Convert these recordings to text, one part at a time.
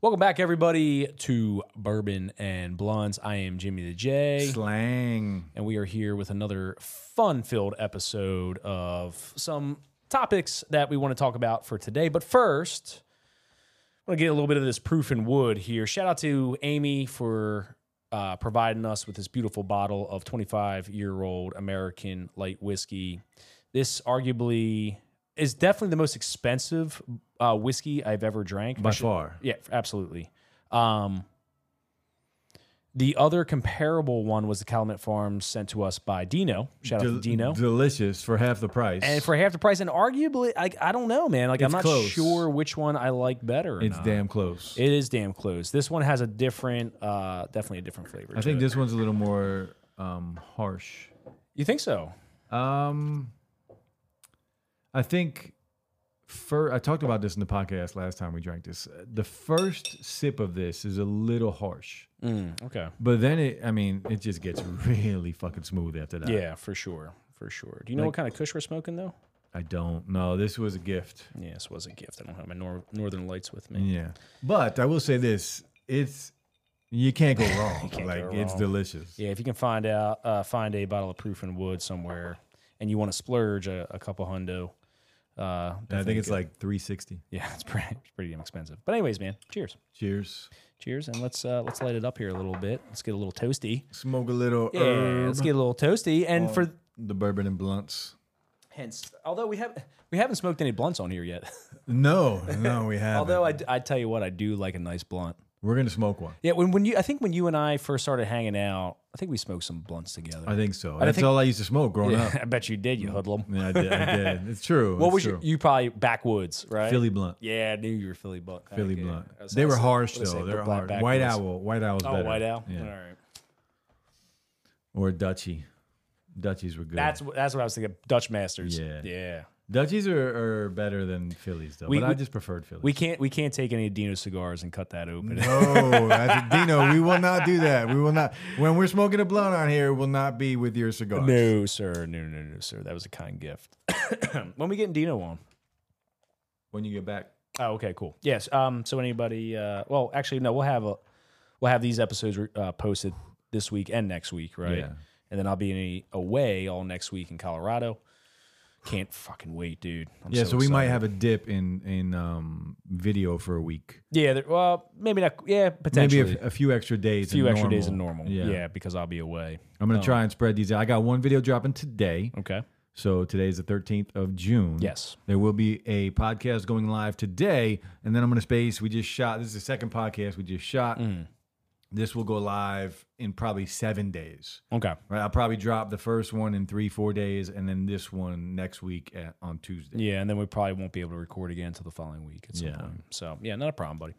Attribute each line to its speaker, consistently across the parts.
Speaker 1: Welcome back, everybody, to Bourbon and Blondes. I am Jimmy the J,
Speaker 2: Slang.
Speaker 1: and we are here with another fun filled episode of some topics that we want to talk about for today. But first, I want to get a little bit of this proof in wood here. Shout out to Amy for uh, providing us with this beautiful bottle of 25 year old American light whiskey. This arguably is definitely the most expensive uh, whiskey I've ever drank.
Speaker 2: By
Speaker 1: I should-
Speaker 2: far.
Speaker 1: yeah, absolutely. Um, the other comparable one was the Calumet Farms sent to us by Dino. Shout out
Speaker 2: Del- Mm.
Speaker 1: to Dino.
Speaker 2: Delicious for half the price.
Speaker 1: and for half the price, and arguably, I, I don't know, man. Like, I'm
Speaker 2: It's
Speaker 1: not
Speaker 2: close.
Speaker 1: sure which one I like better. Or
Speaker 2: it's
Speaker 1: not.
Speaker 2: damn close.
Speaker 1: It is damn close. This one has a different, uh, definitely a different flavor.
Speaker 2: I think this one's a little more um, harsh.
Speaker 1: You think so?
Speaker 2: Um, I think. Fir- I talked about this in the podcast last time we drank this. Uh, The first sip of this is a little harsh,
Speaker 1: Mm, okay.
Speaker 2: but then it, I mean, it just gets really fucking smooth after that.
Speaker 1: Yeah, for sure, for sure. Do you know what kind of Kush we're smoking though?
Speaker 2: I don't know. This was a gift.
Speaker 1: Yeah, this was a gift. I don't have my nor- Northern Lights with me.
Speaker 2: Yeah. But I will say this it's, you can't go wrong.
Speaker 1: can't
Speaker 2: like,
Speaker 1: go
Speaker 2: it's
Speaker 1: wrong.
Speaker 2: delicious.
Speaker 1: Yeah, if you can find out, uh, find a bottle of proof and wood somewhere, and you want to splurge a, a couple hundo. Uh,
Speaker 2: And I think
Speaker 1: definitely
Speaker 2: it's
Speaker 1: good.
Speaker 2: like 360.
Speaker 1: yeah, it's pretty it's pretty damn expensive. But anyways, man, cheers,
Speaker 2: Cheers.
Speaker 1: cheers, and let's uh, let's light it up here a little bit. Let's get a little toasty.
Speaker 2: Smoke a little. uh,
Speaker 1: Yeah, let's get a little toasty. And for
Speaker 2: the bourbon and blunts.
Speaker 1: hence, although we have we haven't smoked any blunts on here yet.
Speaker 2: No, no, we haven't.
Speaker 1: although I, d- I tell you what, I do like a nice blunt.
Speaker 2: We're going to smoke one.
Speaker 1: Yeah, when when you I think when you and I first started hanging out, I think we smoked some blunts
Speaker 2: I
Speaker 1: together.
Speaker 2: think so. That's
Speaker 1: think-
Speaker 2: all I used to smoke growing up.
Speaker 1: I bet you did, you hoodlum.
Speaker 2: Yeah, I did. I did. It's true.
Speaker 1: What
Speaker 2: it's
Speaker 1: was
Speaker 2: true.
Speaker 1: your, you probably backwoods, right?
Speaker 2: Philly blunt?
Speaker 1: Yeah, I knew you were Philly Blunt.
Speaker 2: Philly
Speaker 1: Okay.
Speaker 2: blunt.
Speaker 1: I was-
Speaker 2: They
Speaker 1: I
Speaker 2: were
Speaker 1: was-
Speaker 2: harsh
Speaker 1: I was
Speaker 2: though.
Speaker 1: gonna
Speaker 2: They
Speaker 1: say
Speaker 2: were
Speaker 1: black
Speaker 2: hard.
Speaker 1: backwards.
Speaker 2: White owl. White owl's
Speaker 1: Oh,
Speaker 2: better.
Speaker 1: White Owl.
Speaker 2: Yeah.
Speaker 1: All right.
Speaker 2: Or Dutchy. Dutchies were good.
Speaker 1: That's wh- that's what I was thinking. Dutch Masters.
Speaker 2: Yeah.
Speaker 1: Yeah.
Speaker 2: Dutchies are, are better than Phillies though.
Speaker 1: We-
Speaker 2: but I
Speaker 1: we-
Speaker 2: just preferred Phillies.
Speaker 1: We can't we can't take any Dino cigars and cut that open.
Speaker 2: no, that's, Oh, Dino, we will not do that. We will not. When we're smoking a blunt on here, it will not be with your cigar.
Speaker 1: No, sir. No, no, no, sir. That was a kind gift. when we getting Dino on?
Speaker 2: When you get back,
Speaker 1: Oh, okay, cool. Yes. Um. So anybody? Uh. Well, actually, no. We'll have a we'll have these episodes uh, posted this week and next week, right?
Speaker 2: Yeah.
Speaker 1: And then I'll be in a, away all next week in Colorado. Can't fucking wait, dude. I'm
Speaker 2: yeah. So, we might
Speaker 1: excited.
Speaker 2: have a dip in in um, video for a week.
Speaker 1: Yeah, there- well, maybe not. Yeah,
Speaker 2: Maybe
Speaker 1: potentially
Speaker 2: a, a few extra days.
Speaker 1: a few extra days than normal. Yeah. Um,
Speaker 2: Yeah.
Speaker 1: because I'll be away.
Speaker 2: I'm gonna try and spread these. out. I got one video dropping today.
Speaker 1: Okay.
Speaker 2: So today is the 13th of June.
Speaker 1: Yes.
Speaker 2: There will be a podcast going live today, and then I'm gonna space. We just shot. This is the second podcast we just shot.
Speaker 1: Mm.
Speaker 2: This will go live in probably seven days.
Speaker 1: Okay.
Speaker 2: Right, I'll probably drop the first one in three, four days, and then this one next week at, on Tuesday.
Speaker 1: Yeah, and then we probably won't be able to record again until the following week at some
Speaker 2: Yeah.
Speaker 1: point. So yeah, not a problem, buddy.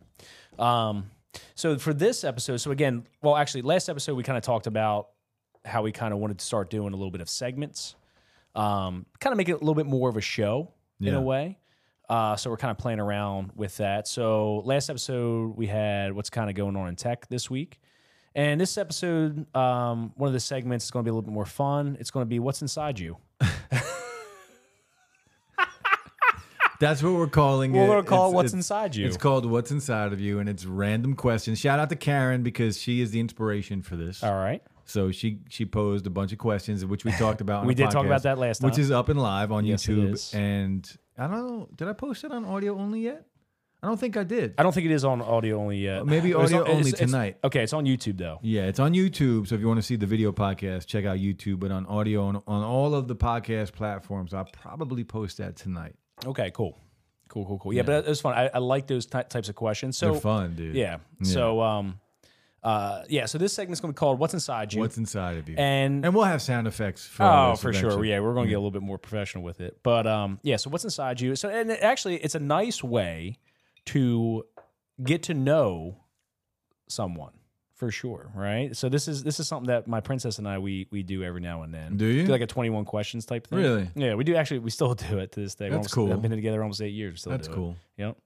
Speaker 1: Um, so for this episode, so again, well, actually, last episode we kind of talked about how we kind of wanted to start doing a little bit of segments, um, kind of make it a little bit more of a show in
Speaker 2: Yeah.
Speaker 1: a way. Uh, so we're kind of playing around with that. So last episode we had what's kind of going on in tech this week. And this episode, um, one of the segments is going to be a little bit more fun. It's going to be what's inside you.
Speaker 2: That's what we're calling
Speaker 1: We're
Speaker 2: it.
Speaker 1: going to call
Speaker 2: It's-
Speaker 1: it what's
Speaker 2: it's-
Speaker 1: inside you.
Speaker 2: It's called What's Inside of You, and it's random questions. Shout out to Karen because she is the inspiration for this.
Speaker 1: All right.
Speaker 2: So she she posed a bunch of questions, which we talked about. on
Speaker 1: We
Speaker 2: the
Speaker 1: did talk about
Speaker 2: podcast,
Speaker 1: that last
Speaker 2: which
Speaker 1: time.
Speaker 2: is up and live on
Speaker 1: Yes, it is.
Speaker 2: YouTube. And I don't know, did I post it on audio only yet? I don't think I did.
Speaker 1: I don't think it is on audio only yet.
Speaker 2: Maybe
Speaker 1: It's
Speaker 2: audio
Speaker 1: on- it's-
Speaker 2: only
Speaker 1: it's-
Speaker 2: tonight.
Speaker 1: okay, it's on YouTube though.
Speaker 2: Yeah, it's on YouTube. So if you want to see the video podcast, check out YouTube. But on audio on, on all of the podcast platforms, I'll probably post that tonight.
Speaker 1: Okay, cool, cool, cool, cool. Yeah, but it was fun. I, I like those ty- types of questions. So
Speaker 2: They're fun, dude.
Speaker 1: Yeah. So um, uh, yeah. So this segment's gonna be called "What's Inside You,"
Speaker 2: What's inside of you?
Speaker 1: and
Speaker 2: And we'll have sound effects for all
Speaker 1: oh,
Speaker 2: this
Speaker 1: for sure.
Speaker 2: eventually.
Speaker 1: Yeah, we're gonna
Speaker 2: Mm-hmm.
Speaker 1: get a little bit more professional with it. But um, yeah. So what's inside you? So and it- actually, it's a nice way to get to know someone for sure right so this is this is something that my princess and i we we do every now and then
Speaker 2: Do you?
Speaker 1: like a 21 questions type thing
Speaker 2: Really?
Speaker 1: yeah we do actually we still do it to this day We're almost-
Speaker 2: That's cool.
Speaker 1: i've been together almost eight years we still
Speaker 2: That's
Speaker 1: do it.
Speaker 2: cool.
Speaker 1: yep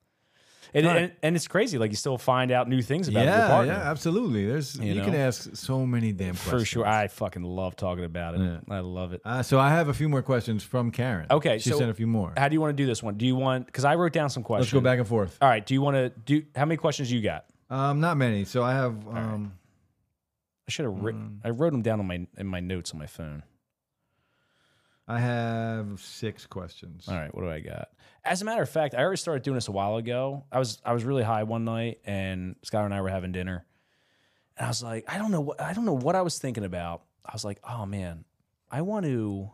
Speaker 1: And,
Speaker 2: Right.
Speaker 1: and, and it's crazy. Like you still find out new things about your
Speaker 2: Yeah,
Speaker 1: partner.
Speaker 2: yeah, absolutely. There's you, can
Speaker 1: know?
Speaker 2: ask so many damn questions.
Speaker 1: For sure. I fucking love talking about it.
Speaker 2: Yeah.
Speaker 1: I love it.
Speaker 2: Uh, so I have a few more questions from Karen.
Speaker 1: Okay,
Speaker 2: she
Speaker 1: so-
Speaker 2: sent a few more.
Speaker 1: How do you want to do this one? Do you want because I wrote down some questions.
Speaker 2: Let's go back and forth.
Speaker 1: All right. Do you want to do how many questions you got?
Speaker 2: Um, not many. So I have. Um,
Speaker 1: I should have
Speaker 2: Hmm.
Speaker 1: written. I wrote them down on my in my notes on my phone.
Speaker 2: I have six questions.
Speaker 1: All right, what do I got? As a matter of fact, I already started doing this a while ago. I was I was really high one night, and Skylar and I were having dinner, and I was like, I don't know what I don't know what I was thinking about. I was like, oh man, I want to.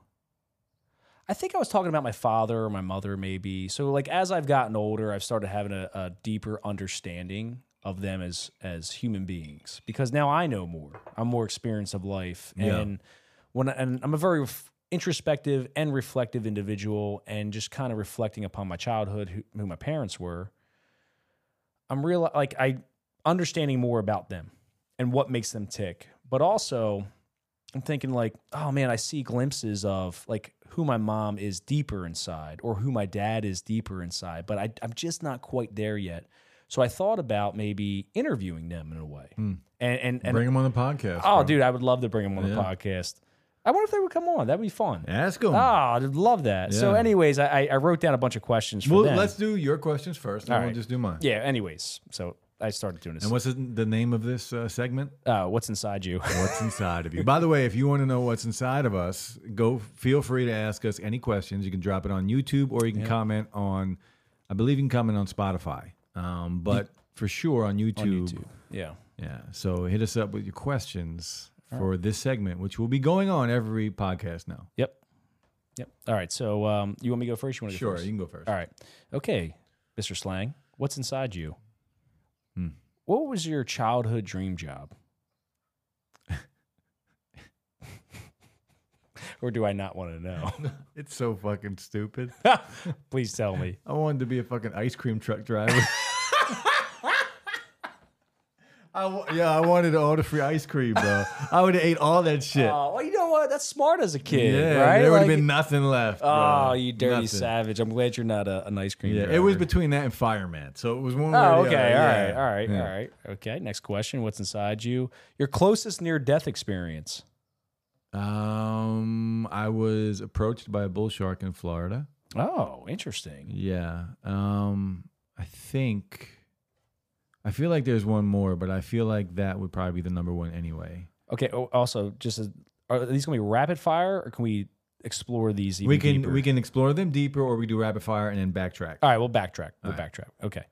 Speaker 1: I think I was talking about my father or my mother, maybe. So like as I've gotten older, I've started having a, a deeper understanding of them as as human beings because now I know more. I'm more experienced of life,
Speaker 2: Yeah.
Speaker 1: and when and I'm a very ref- introspective and reflective individual, and just kind of reflecting upon my childhood, who, who my parents were. I'm real like I understanding more about them and what makes them tick, but also I'm thinking like, oh man, I see glimpses of like who my mom is deeper inside or who my dad is deeper inside, but I, I'm just not quite there yet. So I thought about maybe interviewing them in a way, and and, and
Speaker 2: Hmm. Bring them on the podcast.
Speaker 1: oh,
Speaker 2: bro.
Speaker 1: dude, I would love to bring them on the
Speaker 2: Yeah.
Speaker 1: podcast. I wonder if they would come on. That'd be fun.
Speaker 2: ask them.
Speaker 1: Ah, I'd love that. So,
Speaker 2: Yeah.
Speaker 1: anyways, I, I- I wrote down a bunch of questions for
Speaker 2: well,
Speaker 1: them.
Speaker 2: let's do your questions first, and then
Speaker 1: All
Speaker 2: we'll
Speaker 1: right.
Speaker 2: just do mine.
Speaker 1: yeah. Anyways, so I started doing this.
Speaker 2: And what's the- the name of this uh, segment?
Speaker 1: uh, what's inside you?
Speaker 2: What's inside of you? By the way, if you want to know what's inside of us, go feel free to ask us any questions. You can drop it on YouTube or you can comment on, I believe you can comment on Spotify, um, but for sure on YouTube.
Speaker 1: yeah.
Speaker 2: Yeah. So hit us up with your questions for this segment, which will be going on every podcast now.
Speaker 1: Yep. Yep. All right. So um, you want me to go first? You want to
Speaker 2: Sure,
Speaker 1: Go first?
Speaker 2: you can go first.
Speaker 1: All right. Okay, Mr. Slang, what's inside you?
Speaker 2: Hmm.
Speaker 1: What was your childhood dream job? or do I not want to know?
Speaker 2: It's so fucking stupid.
Speaker 1: Please tell me.
Speaker 2: I wanted to be a fucking ice cream truck driver. I wa- yeah, I wanted all the free ice cream, bro. I would have ate all that shit.
Speaker 1: Oh, well, you know what? That's smart as a kid,
Speaker 2: yeah,
Speaker 1: right?
Speaker 2: there would have
Speaker 1: Like,
Speaker 2: been nothing left.
Speaker 1: Oh,
Speaker 2: bro.
Speaker 1: you dirty
Speaker 2: Nothing.
Speaker 1: savage! I'm glad you're not a, an ice cream.
Speaker 2: Yeah,
Speaker 1: driver.
Speaker 2: it was between that and fireman, so it was one. way
Speaker 1: Oh,
Speaker 2: or the
Speaker 1: okay.
Speaker 2: other.
Speaker 1: All
Speaker 2: Yeah.
Speaker 1: right. All right.
Speaker 2: Yeah.
Speaker 1: All right. Okay. Next question. What's inside you? Your closest near death experience.
Speaker 2: Um, I was approached by a bull shark in Florida.
Speaker 1: Oh, interesting.
Speaker 2: Yeah. Um, I think I feel like there's one more, but I feel like that would probably be the number one anyway.
Speaker 1: Okay. oh, Also, just as, are these going to be rapid fire, or can we explore these? Even
Speaker 2: we can
Speaker 1: deeper? Uh,
Speaker 2: we can explore them deeper, or we do rapid fire and then backtrack.
Speaker 1: All right. We'll backtrack. We'll backtrack. Okay.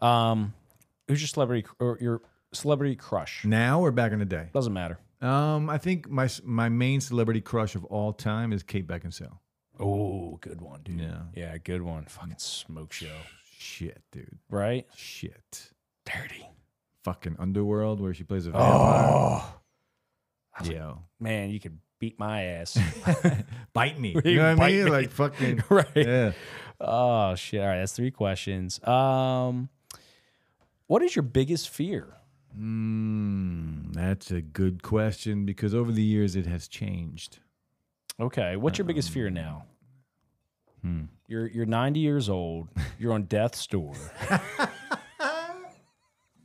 Speaker 1: Um, who's your celebrity cr- or your celebrity crush?
Speaker 2: Now or back in the day?
Speaker 1: Doesn't matter.
Speaker 2: Um, I think my s- my main celebrity crush of all time is Kate Beckinsale.
Speaker 1: Oh, good one, dude.
Speaker 2: Yeah.
Speaker 1: Yeah, good one. Fucking smoke show,
Speaker 2: Shit, dude.
Speaker 1: right?
Speaker 2: Shit.
Speaker 1: Dirty.
Speaker 2: Fucking Underworld, where she plays a vampire.
Speaker 1: Oh.
Speaker 2: Yo.
Speaker 1: man, you could beat my ass.
Speaker 2: Bite me.
Speaker 1: You
Speaker 2: You know what I
Speaker 1: bite
Speaker 2: mean?
Speaker 1: me.
Speaker 2: Like fucking.
Speaker 1: right.
Speaker 2: Yeah.
Speaker 1: Oh shit! All right, that's three questions. Um, what is your biggest fear?
Speaker 2: Mm, that's a good question because over the years it has changed.
Speaker 1: Okay, what's your biggest fear now?
Speaker 2: Hmm.
Speaker 1: You're you're 90 years old. You're on death's door.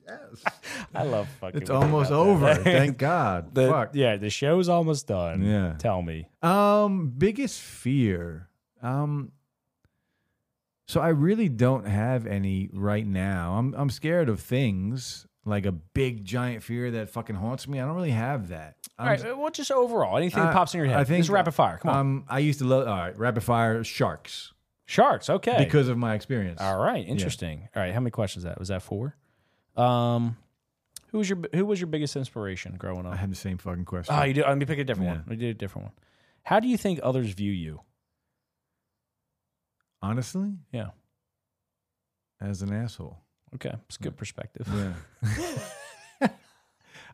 Speaker 1: I love fucking.
Speaker 2: It's almost over. Thank God.
Speaker 1: The-
Speaker 2: Fuck.
Speaker 1: Yeah, the show's almost done.
Speaker 2: Yeah.
Speaker 1: Tell me.
Speaker 2: Um, biggest fear. Um, so I really don't have any right now. I'm I'm scared of things like a big giant fear that fucking haunts me. I don't really have that.
Speaker 1: All right. Well, just overall, anything
Speaker 2: I-
Speaker 1: that pops in your head.
Speaker 2: I think-
Speaker 1: just rapid fire. Come on.
Speaker 2: Um, I used to love all right, rapid fire sharks
Speaker 1: Sharks. Okay.
Speaker 2: because of my experience.
Speaker 1: All right. Interesting. All right. How many questions is that was that four? Um, who was your who was your biggest inspiration growing
Speaker 2: I
Speaker 1: up?
Speaker 2: had the same fucking question.
Speaker 1: Oh, you do. Let me pick a different
Speaker 2: Yeah.
Speaker 1: one. We did a different one. How do you think others view you?
Speaker 2: Honestly,
Speaker 1: Yeah.
Speaker 2: as an asshole.
Speaker 1: Okay. It's good perspective.
Speaker 2: Yeah.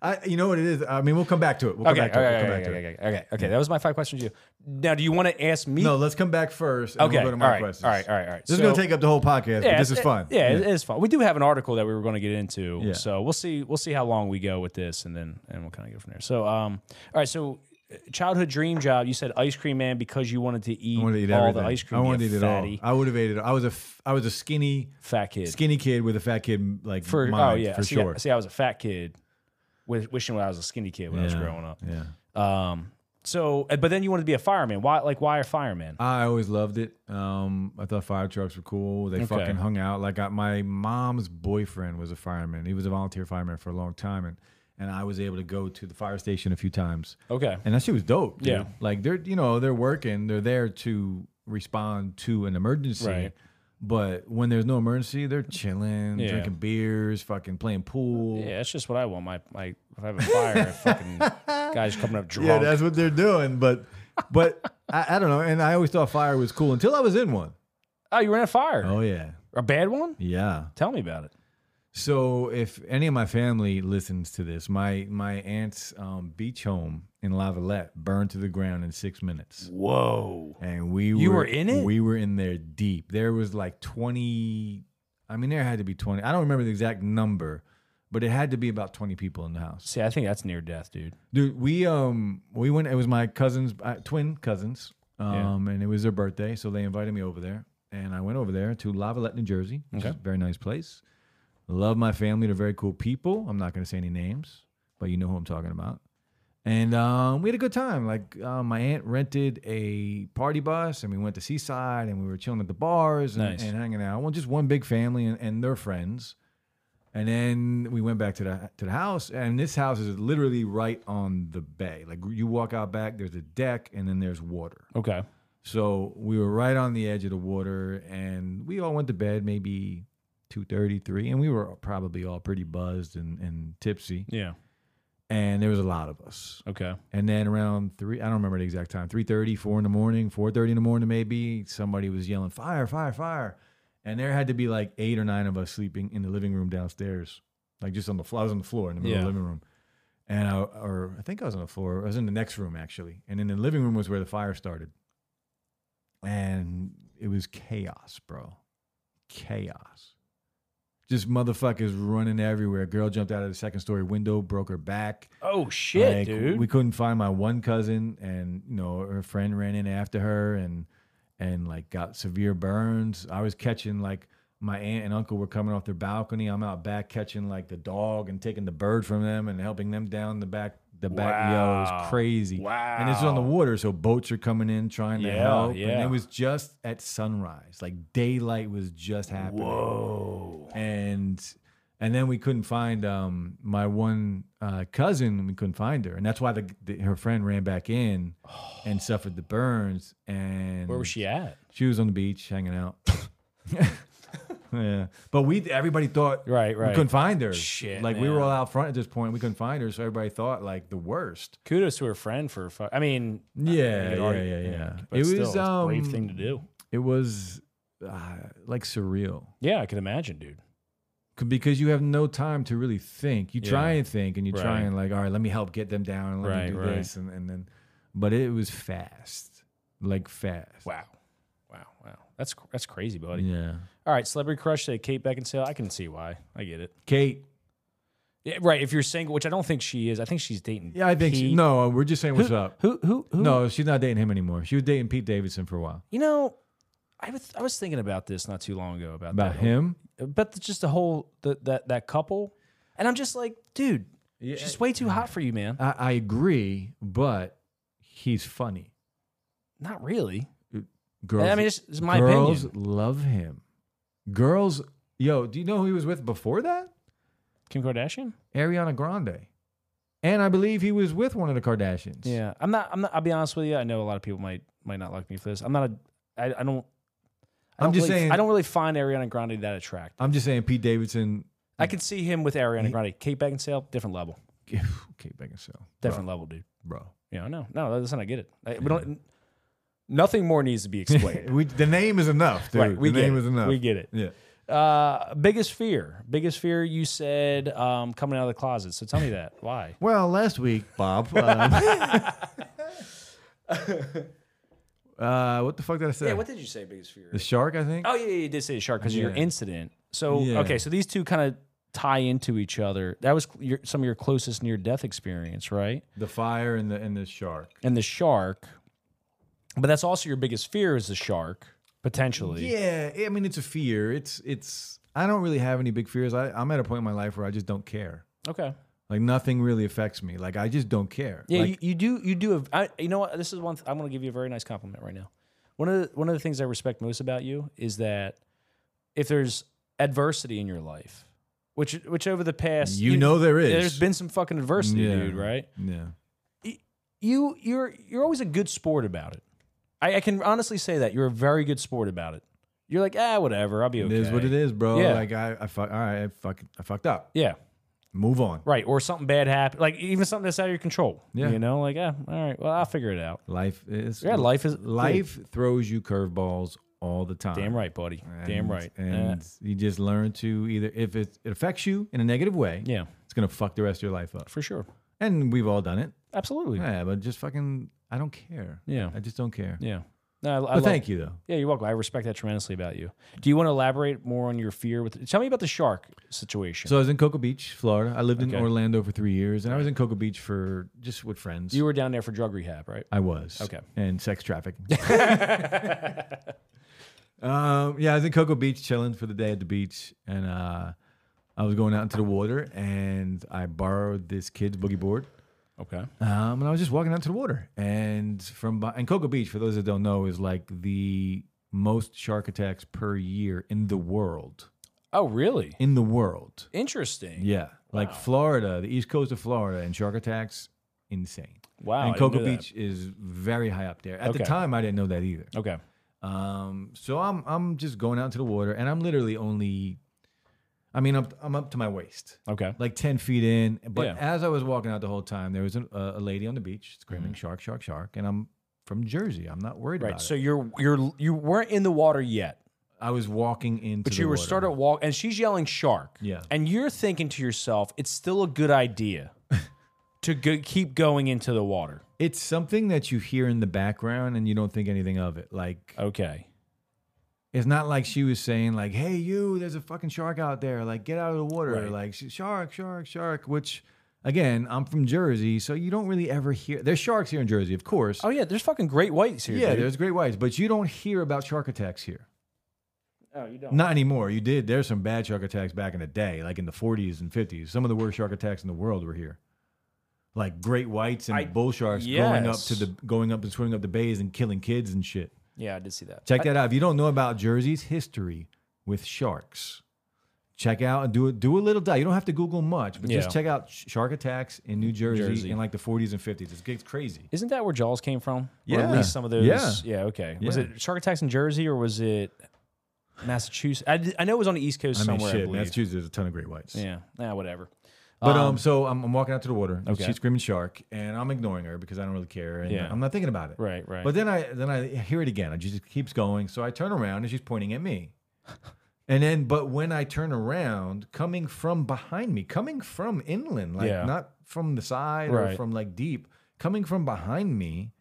Speaker 2: I, you know what it is. I mean, we'll come back to it. We'll come
Speaker 1: okay,
Speaker 2: back to it. We'll
Speaker 1: okay,
Speaker 2: come
Speaker 1: okay,
Speaker 2: back to it.
Speaker 1: okay, okay, okay, okay. That was my five questions to you. Now, do you want to ask me?
Speaker 2: No, let's come back first. And
Speaker 1: okay.
Speaker 2: We'll go to my
Speaker 1: all right,
Speaker 2: questions.
Speaker 1: all right, all right, all right.
Speaker 2: This
Speaker 1: So-
Speaker 2: is going to take up the whole podcast, but this is
Speaker 1: it-
Speaker 2: fun.
Speaker 1: Yeah, it is fun. We do have an article that we were going to get into,
Speaker 2: Yeah.
Speaker 1: so we'll see. We'll see how long we go with this, and then and we'll kind of go from there. So, um, all right. So, childhood dream job, you said ice cream man because you wanted to eat,
Speaker 2: I wanted to eat
Speaker 1: all
Speaker 2: everything.
Speaker 1: the ice cream.
Speaker 2: I wanted
Speaker 1: you
Speaker 2: to eat it
Speaker 1: fatty,
Speaker 2: all. I would have ate it. All. I was a f- I was a skinny
Speaker 1: fat kid.
Speaker 2: skinny kid with a fat kid like
Speaker 1: for
Speaker 2: mind,
Speaker 1: oh yeah,
Speaker 2: for
Speaker 1: see,
Speaker 2: sure.
Speaker 1: I, see, I was a fat kid, with, wishing I was a skinny kid when I was growing up.
Speaker 2: Yeah.
Speaker 1: Um, so, uh, but then you wanted to be a fireman. Why? Like, why a fireman?
Speaker 2: I always loved it. Um, I thought fire trucks were cool. They fucking hung out. Like I, my mom's boyfriend was a fireman. He was a volunteer fireman for a long time, and and I was able to go to the fire station a few times.
Speaker 1: Okay,
Speaker 2: And that shit was dope. dude.
Speaker 1: Yeah.
Speaker 2: Like they're you know they're working. They're there to respond to an emergency.
Speaker 1: Right.
Speaker 2: But when there's no emergency, they're chilling,
Speaker 1: Yeah.
Speaker 2: drinking beers, fucking playing pool.
Speaker 1: yeah, that's just what I want. My, my, if I have a fire, fucking guys coming up drunk.
Speaker 2: Yeah, that's what they're doing. But but I, I don't know. And I always thought fire was cool until I was in one.
Speaker 1: oh, you ran a fire?
Speaker 2: Oh yeah.
Speaker 1: A bad one?
Speaker 2: Yeah.
Speaker 1: Tell me about it.
Speaker 2: So if any of my family listens to this, my my aunt's um, beach home in Lavalette burned to the ground in six minutes,
Speaker 1: Whoa.
Speaker 2: and we
Speaker 1: You
Speaker 2: were,
Speaker 1: were in it?
Speaker 2: We were in there deep. There was like twenty. I mean, there had to be twenty. I don't remember the exact number, but it had to be about twenty people in the house.
Speaker 1: See, I think that's near death, dude.
Speaker 2: Dude, we um we went. It was my cousins, uh, twin cousins,
Speaker 1: Yeah.
Speaker 2: um, and it was their birthday, so they invited me over there, and I went over there to Lavalette, New Jersey, which is a very nice place. Love my family; they're very cool people. I'm not going to say any names, but you know who I'm talking about. And um, we had a good time. Like uh, my aunt rented a party bus, and we went to Seaside, and we were chilling at the bars and,
Speaker 1: Nice.
Speaker 2: and hanging out. Well, just one big family and, and their friends. And then we went back to the to the house, and this house is literally right on the bay. Like you walk out back, there's a deck, and then there's water.
Speaker 1: Okay.
Speaker 2: So we were right on the edge of the water, and we all went to bed maybe two thirty three, and we were probably all pretty buzzed and, and tipsy.
Speaker 1: Yeah.
Speaker 2: And there was a lot of us.
Speaker 1: Okay.
Speaker 2: And then around three, I don't remember the exact time, 3.30, 4 in the morning, 4.30 in the morning maybe, somebody was yelling, fire, fire, fire. And there had to be like eight or nine of us sleeping in the living room downstairs, like just on the floor. I was on the floor in the middle of
Speaker 1: Yeah.
Speaker 2: the living room. And I, or I think I was on the floor. I was in the next room actually. And in the living room was where the fire started. And it was chaos, bro. Chaos. Just motherfuckers running everywhere. girl jumped out of the second story window, broke her back.
Speaker 1: Oh shit,
Speaker 2: Like,
Speaker 1: dude.
Speaker 2: We couldn't find my one cousin, and you know her friend ran in after her, and and like got severe burns. I was catching like my aunt and uncle were coming off their balcony. I'm out back catching like the dog and taking the bird from them and helping them down the back the back. Yo, it
Speaker 1: Wow.
Speaker 2: was crazy.
Speaker 1: wow.
Speaker 2: And this is on the water, so boats are coming in trying to
Speaker 1: Yeah,
Speaker 2: help. And
Speaker 1: yeah.
Speaker 2: it was just at sunrise, like daylight was just happening
Speaker 1: Whoa.
Speaker 2: and and then we couldn't find um, my one uh, cousin. We couldn't find her, and that's why the, the her friend ran back in and suffered the burns. And
Speaker 1: Where was she at?
Speaker 2: She was on the beach hanging out. yeah, but we everybody thought
Speaker 1: Right,
Speaker 2: we
Speaker 1: right.
Speaker 2: couldn't find her.
Speaker 1: Shit,
Speaker 2: like we were
Speaker 1: man.
Speaker 2: all out front at this point. We couldn't find her, so everybody thought like the worst.
Speaker 1: Kudos to her friend for. Fu- I mean,
Speaker 2: Yeah,
Speaker 1: you could
Speaker 2: yeah,
Speaker 1: argue-
Speaker 2: yeah, yeah.
Speaker 1: but
Speaker 2: It
Speaker 1: still,
Speaker 2: was,
Speaker 1: it's a brave
Speaker 2: um,
Speaker 1: thing to do.
Speaker 2: It was uh, like surreal.
Speaker 1: Yeah, I can imagine, dude.
Speaker 2: C- because you have no time to really think. You try
Speaker 1: Yeah.
Speaker 2: and think, and you try
Speaker 1: Right.
Speaker 2: and like, all right, let me help get them down, let
Speaker 1: Right,
Speaker 2: me do
Speaker 1: right.
Speaker 2: this, and, and then, but it was fast, like fast.
Speaker 1: Wow, wow, wow. That's that's crazy, buddy.
Speaker 2: Yeah,
Speaker 1: All right, celebrity crush say Kate Beckinsale. I can see why. I get it.
Speaker 2: Kate.
Speaker 1: Yeah, right. If you're single, which I don't think she is. I think she's dating.
Speaker 2: Yeah, I think she,
Speaker 1: Pete.
Speaker 2: no. We're just saying what's up.
Speaker 1: Who who who?
Speaker 2: No, she's not dating him anymore. She was dating Pete Davidson for a while.
Speaker 1: You know, I was I was thinking about this not too long ago about
Speaker 2: About
Speaker 1: that
Speaker 2: him,
Speaker 1: but the, just the whole the, that that couple, and I'm just like, dude, she's way too hot for you, man.
Speaker 2: I, I agree, but he's funny.
Speaker 1: Not really.
Speaker 2: Girls,
Speaker 1: I mean, it's, it's my
Speaker 2: girls
Speaker 1: opinion.
Speaker 2: love him. Girls, yo, do you know who he was with before that?
Speaker 1: Kim Kardashian.
Speaker 2: Ariana Grande. And I believe he was with one of the Kardashians.
Speaker 1: Yeah, I'm not. I'm not. I'll be honest with you. I know a lot of people might might not like me for this. I'm not a. I, I don't. I
Speaker 2: I'm
Speaker 1: don't
Speaker 2: just
Speaker 1: really-
Speaker 2: saying-
Speaker 1: I don't really find Ariana Grande that attractive.
Speaker 2: I'm just saying Pete Davidson,
Speaker 1: I could see him with Ariana Grande. Kate Beckinsale, different level.
Speaker 2: Kate Beckinsale.
Speaker 1: Different level, dude.
Speaker 2: Bro.
Speaker 1: Yeah, I know. No, listen, I get it. I, we don't. Nothing more needs to be explained.
Speaker 2: bro. We, the name is enough, dude.
Speaker 1: right, we
Speaker 2: the
Speaker 1: get
Speaker 2: name
Speaker 1: it.
Speaker 2: is enough.
Speaker 1: We get it.
Speaker 2: yeah.
Speaker 1: Uh, biggest fear. Biggest fear. You said um, coming out of the closet. So tell me that. Why?
Speaker 2: Well, last week, Bob. Um, uh, what the fuck did I say?
Speaker 1: did you say? Biggest fear.
Speaker 2: the shark, I think.
Speaker 1: Oh yeah, yeah, you did say shark because of your
Speaker 2: Yeah.
Speaker 1: incident. So
Speaker 2: Yeah.
Speaker 1: okay, so these two kind of tie into each other. That was your, some of your closest near death experience, right?
Speaker 2: The fire and the and the shark.
Speaker 1: And the shark. But that's also your biggest fear is the shark potentially.
Speaker 2: Yeah, I mean it's a fear. It's it's. I don't really have any big fears. I, I'm at a point in my life where I just don't care.
Speaker 1: Okay.
Speaker 2: Like nothing really affects me. Like I just don't care.
Speaker 1: Yeah,
Speaker 2: Like,
Speaker 1: you, you do. You do. A, I, you know what? This is one. Th- I'm going to give you a very nice compliment right now. One of the, one of the things I respect most about you is that if there's adversity in your life, which which over the past
Speaker 2: you, know there is.
Speaker 1: there's been some fucking adversity,
Speaker 2: Yeah.
Speaker 1: dude. Right?
Speaker 2: Yeah.
Speaker 1: You you're you're always a good sport about it. I, I can honestly say that you're a very good sport about it. You're like ah whatever, I'll be okay.
Speaker 2: It is what it is, bro.
Speaker 1: Yeah.
Speaker 2: Like I, I fuck. All right, I fuck. I fucked up.
Speaker 1: Yeah.
Speaker 2: Move on.
Speaker 1: Right. Or something bad happened, like even something that's out of your control.
Speaker 2: Yeah.
Speaker 1: You know, like ah, all right, well I'll figure it out.
Speaker 2: Life is.
Speaker 1: Yeah, life is
Speaker 2: life throws you curveballs all the time.
Speaker 1: Damn right, buddy. Damn
Speaker 2: And-
Speaker 1: right. Uh,
Speaker 2: And you just learn to either if it, it affects you in a negative way,
Speaker 1: Yeah,
Speaker 2: it's gonna fuck the rest of your life up.
Speaker 1: for sure.
Speaker 2: And we've all done it.
Speaker 1: Absolutely.
Speaker 2: Yeah, but just fucking, I don't care.
Speaker 1: Yeah.
Speaker 2: I just don't care.
Speaker 1: Yeah. No, I, I
Speaker 2: But
Speaker 1: love-
Speaker 2: thank you though.
Speaker 1: Yeah, you're welcome. I respect that tremendously about you. Do you want to elaborate more on your fear with? Tell me about the shark situation.
Speaker 2: So I was in Cocoa Beach, Florida. I lived
Speaker 1: Okay.
Speaker 2: in Orlando for three years, and I was in Cocoa Beach for just with friends.
Speaker 1: you were down there for drug rehab, right?
Speaker 2: I was.
Speaker 1: Okay.
Speaker 2: And sex trafficking. um, yeah, I was in Cocoa Beach chilling for the day at the beach, and uh, I was going out into the water, and I borrowed this kid's boogie board.
Speaker 1: Okay.
Speaker 2: Um, and I was just walking out to the water, and from bi- and Cocoa Beach, for those that don't know, is like the most shark attacks per year in the world.
Speaker 1: Oh, really?
Speaker 2: In the world,
Speaker 1: Interesting.
Speaker 2: yeah, like Florida, the east coast of Florida, and shark attacks, insane.
Speaker 1: Wow. Oh,
Speaker 2: and
Speaker 1: I didn't
Speaker 2: Cocoa
Speaker 1: know that.
Speaker 2: Beach is very high up there. At
Speaker 1: Okay.
Speaker 2: the time, I didn't know that either.
Speaker 1: Okay.
Speaker 2: Um, so I'm I'm just going out to the water, and I'm literally only, I mean, I'm I'm up to my waist,
Speaker 1: Okay.
Speaker 2: like ten feet in. But
Speaker 1: Yeah.
Speaker 2: as I was walking out the whole time, there was an, a a lady on the beach screaming "shark, shark, shark," and I'm from Jersey. I'm not worried
Speaker 1: Mm-hmm. Right.
Speaker 2: about
Speaker 1: So
Speaker 2: it.
Speaker 1: you're you're you weren't in the water yet,
Speaker 2: I was walking into,
Speaker 1: but
Speaker 2: the
Speaker 1: you were
Speaker 2: water.
Speaker 1: started walk, and she's yelling shark.
Speaker 2: Yeah.
Speaker 1: And you're thinking to yourself, it's still a good idea to go, keep going into the water.
Speaker 2: It's something that you hear in the background, and you don't think anything of it. Like
Speaker 1: Okay.
Speaker 2: it's not like she was saying like, "Hey, you, there's a fucking shark out there. Like, get out of the water.
Speaker 1: Right.
Speaker 2: Like, sh- shark, shark, shark." Which, again, I'm from Jersey, so you don't really ever hear. There's sharks here in Jersey, of course.
Speaker 1: Oh yeah, there's fucking great whites here.
Speaker 2: yeah,
Speaker 1: dude.
Speaker 2: there's great whites, but you don't hear about shark attacks here.
Speaker 1: Oh, you don't.
Speaker 2: Not anymore. You did. There's some bad shark attacks back in the day, like in the 40s and 50s. Some of the worst shark attacks in the world were here, like great whites and
Speaker 1: I-
Speaker 2: bull sharks going up to
Speaker 1: yes.
Speaker 2: the going up and swimming up the bays and killing kids and shit.
Speaker 1: Yeah, I did see that.
Speaker 2: Check that out. If you don't know about Jersey's history with sharks, check out and do a, do a little dive. You don't have to Google much, but just
Speaker 1: Yeah.
Speaker 2: check out sh- shark attacks in New Jersey,
Speaker 1: Jersey.
Speaker 2: in like the 40s and 50s. It gets crazy.
Speaker 1: Isn't that where Jaws came from? Or at
Speaker 2: Yeah.
Speaker 1: least some of those.
Speaker 2: Yeah.
Speaker 1: okay. Was
Speaker 2: Yeah.
Speaker 1: it shark attacks in Jersey or was it Massachusetts? I, did- I know it was on the East Coast
Speaker 2: I mean,
Speaker 1: somewhere. I
Speaker 2: shit,
Speaker 1: believe.
Speaker 2: Massachusetts, there's a ton of great whites.
Speaker 1: yeah. Nah, whatever.
Speaker 2: But um, so I'm, I'm walking out to the water.
Speaker 1: Okay.
Speaker 2: She's screaming shark, and I'm ignoring her because I don't really care, and
Speaker 1: Yeah.
Speaker 2: I'm not thinking about it.
Speaker 1: Right. Right.
Speaker 2: But then I then I hear it again. I just it keeps going. So I turn around and she's pointing at me. And then, but when I turn around, coming from behind me, coming from inland, like
Speaker 1: Yeah.
Speaker 2: not from the side
Speaker 1: Right.
Speaker 2: or from like deep, coming from behind me,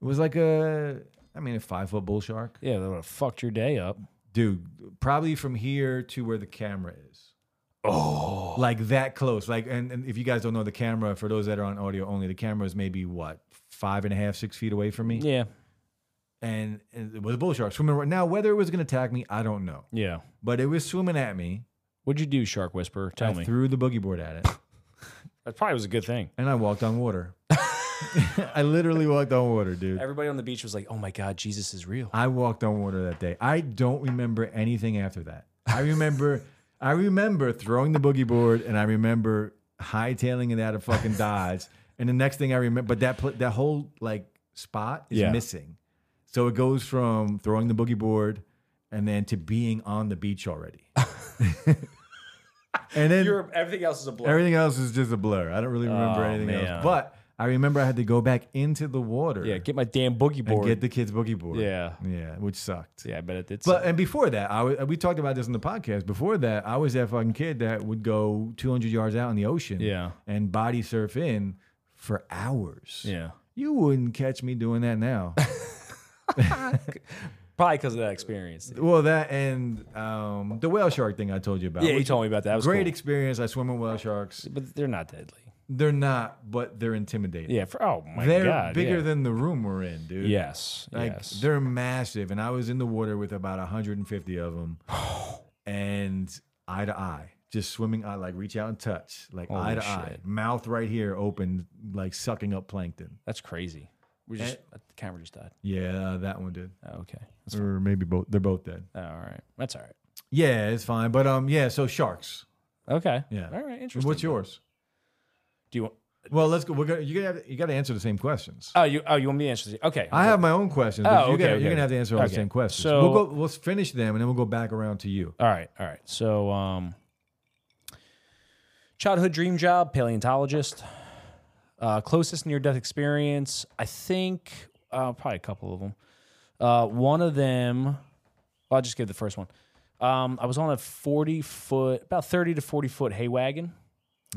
Speaker 2: it was like a, I mean, a five foot bull shark,
Speaker 1: yeah, that would have fucked your day up.
Speaker 2: dude. Probably from here to where the camera is. Oh, like that close. Like, and, and if you guys don't know the camera, for those that are on audio only, the camera is maybe what five and a half, six feet away from me
Speaker 1: Yeah.
Speaker 2: and and it was a bull shark swimming right now. Whether it was going to attack me, I don't know,
Speaker 1: Yeah.
Speaker 2: but it was swimming at me.
Speaker 1: What'd you do, Shark Whisperer? Tell
Speaker 2: I
Speaker 1: me.
Speaker 2: threw the boogie board at it,
Speaker 1: that probably was a good thing.
Speaker 2: and I walked on water. I literally walked on water, dude.
Speaker 1: Everybody on the beach was like, "Oh my God, Jesus is real."
Speaker 2: I walked on water that day. I don't remember anything after that. I remember, I remember throwing the boogie board, and I remember hightailing it out of fucking Dodge. and the next thing I remember, but that pl- that whole like spot is
Speaker 1: Yeah.
Speaker 2: missing. So it goes from throwing the boogie board, and then to being on the beach already. and then
Speaker 1: everything else is a blur.
Speaker 2: everything else is just a blur. I don't really remember
Speaker 1: Oh,
Speaker 2: anything
Speaker 1: man.
Speaker 2: else. But I remember I had to go back into the water
Speaker 1: yeah, get my damn boogie
Speaker 2: and
Speaker 1: board.
Speaker 2: get the kids boogie board.
Speaker 1: yeah.
Speaker 2: Yeah, which sucked.
Speaker 1: Yeah, I bet it did.
Speaker 2: But and before that, I was, we talked about this in the podcast. Before that, I was that fucking kid that would go 200 yards out in the ocean,
Speaker 1: Yeah.
Speaker 2: and body surf in for hours.
Speaker 1: yeah.
Speaker 2: You wouldn't catch me doing that now.
Speaker 1: Probably because of that experience. dude.
Speaker 2: Well, that and um, the whale shark thing I told you about.
Speaker 1: Yeah, you
Speaker 2: which-
Speaker 1: told me about that. That was
Speaker 2: great
Speaker 1: cool.
Speaker 2: experience. I swim with whale sharks.
Speaker 1: but they're not deadly.
Speaker 2: They're not, but they're intimidating.
Speaker 1: Yeah. For, oh my
Speaker 2: they're
Speaker 1: god.
Speaker 2: bigger
Speaker 1: yeah.
Speaker 2: than the room we're in, dude.
Speaker 1: Yes.
Speaker 2: Like
Speaker 1: yes.
Speaker 2: they're massive, and I was in the water with about 150 of them, and eye to eye, just swimming. I like reach out and touch, like
Speaker 1: Holy
Speaker 2: eye to eye,
Speaker 1: shit.
Speaker 2: mouth right here open, like sucking up plankton.
Speaker 1: That's crazy. We just the camera just died.
Speaker 2: Yeah, that one did,
Speaker 1: Oh, okay. That's,
Speaker 2: or maybe both. They're both dead.
Speaker 1: oh, all right. That's all right.
Speaker 2: Yeah, it's fine, but um, yeah. So sharks.
Speaker 1: Okay.
Speaker 2: Yeah.
Speaker 1: All right. Interesting.
Speaker 2: What's yours?
Speaker 1: Do you want?
Speaker 2: Well, let's go. We're gonna you gotta have, you gotta answer the same questions.
Speaker 1: Oh, you. Oh, you want me to answer? these? Okay.
Speaker 2: I have my own questions.
Speaker 1: Oh,
Speaker 2: but you
Speaker 1: okay,
Speaker 2: gotta,
Speaker 1: okay.
Speaker 2: You're gonna have to answer all
Speaker 1: Okay.
Speaker 2: the same questions.
Speaker 1: So-
Speaker 2: we'll go. We'll finish them, and then we'll go back around to you.
Speaker 1: All right, all right. So, um, childhood dream job, paleontologist. Uh, closest near death experience, I think uh, probably a couple of them. Uh, one of them, well, I'll just give the first one. Um, I was on a 40 foot, about 30 to 40 foot hay wagon,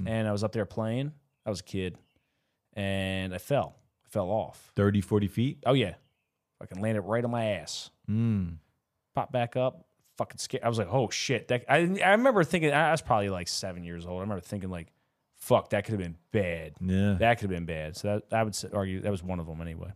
Speaker 1: and I was up there playing. I was a kid, and I fell. I fell off.
Speaker 2: 30, 40 feet.
Speaker 1: Oh, yeah. Fucking landed right on my ass
Speaker 2: Mm.
Speaker 1: popped back up. Fucking scared. I was like, oh shit. That I didn't- I remember thinking I I was probably like seven years old. I remember thinking like, fuck, that could have been bad.
Speaker 2: Yeah.
Speaker 1: That could have been bad. So that I would s- argue that was one of them anyway.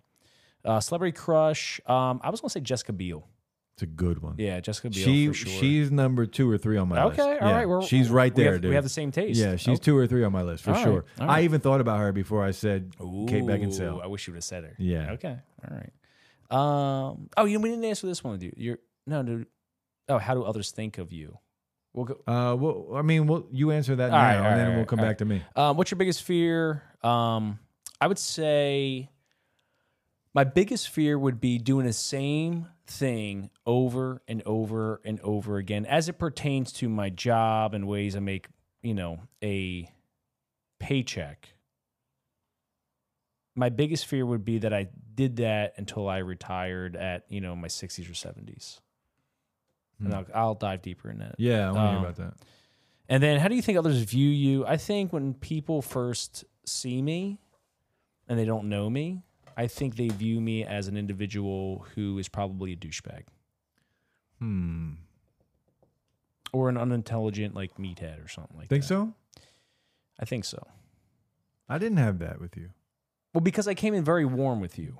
Speaker 1: Uh, celebrity crush. Um, I was gonna say Jessica Biel.
Speaker 2: It's a good one.
Speaker 1: Yeah, Jessica Biel
Speaker 2: She
Speaker 1: for sure.
Speaker 2: she's number two or three on my list.
Speaker 1: okay. all right,
Speaker 2: Yeah,
Speaker 1: We're,
Speaker 2: she's right
Speaker 1: we
Speaker 2: there,
Speaker 1: have,
Speaker 2: dude.
Speaker 1: We have the same taste.
Speaker 2: yeah, she's two or three on my list for
Speaker 1: All right,
Speaker 2: sure.
Speaker 1: all
Speaker 2: I
Speaker 1: right.
Speaker 2: even thought about her before I said
Speaker 1: Oh,
Speaker 2: Kate
Speaker 1: ooh,
Speaker 2: Beckinsale.
Speaker 1: I wish you would have said her.
Speaker 2: Yeah.
Speaker 1: Okay. All right. Um. Oh, you know, we didn't answer this one, dude. You're no, dude. Oh, how do others think of you? We'll go.
Speaker 2: Uh, well, I mean, well, you answer
Speaker 1: All
Speaker 2: that now,
Speaker 1: right, all
Speaker 2: and then
Speaker 1: right,
Speaker 2: we'll come
Speaker 1: all
Speaker 2: back to me.
Speaker 1: Um, what's your biggest fear? Um, I would say my biggest fear would be doing the same thing over and over and over again as it pertains to my job and ways I make, you know, a paycheck. My biggest fear would be that I did that until I retired at, you know, my 60s or 70s. And I'll, I'll dive deeper in that.
Speaker 2: Yeah, I want to
Speaker 1: Um,
Speaker 2: hear about that.
Speaker 1: And then how do you think others view you? I think when people first see me and they don't know me, I think they view me as an individual who is probably a douchebag
Speaker 2: Hmm.
Speaker 1: or an unintelligent like meathead or something like
Speaker 2: Think
Speaker 1: that.
Speaker 2: so?
Speaker 1: I think so.
Speaker 2: I didn't have that with you.
Speaker 1: Well, because I came in very warm with you.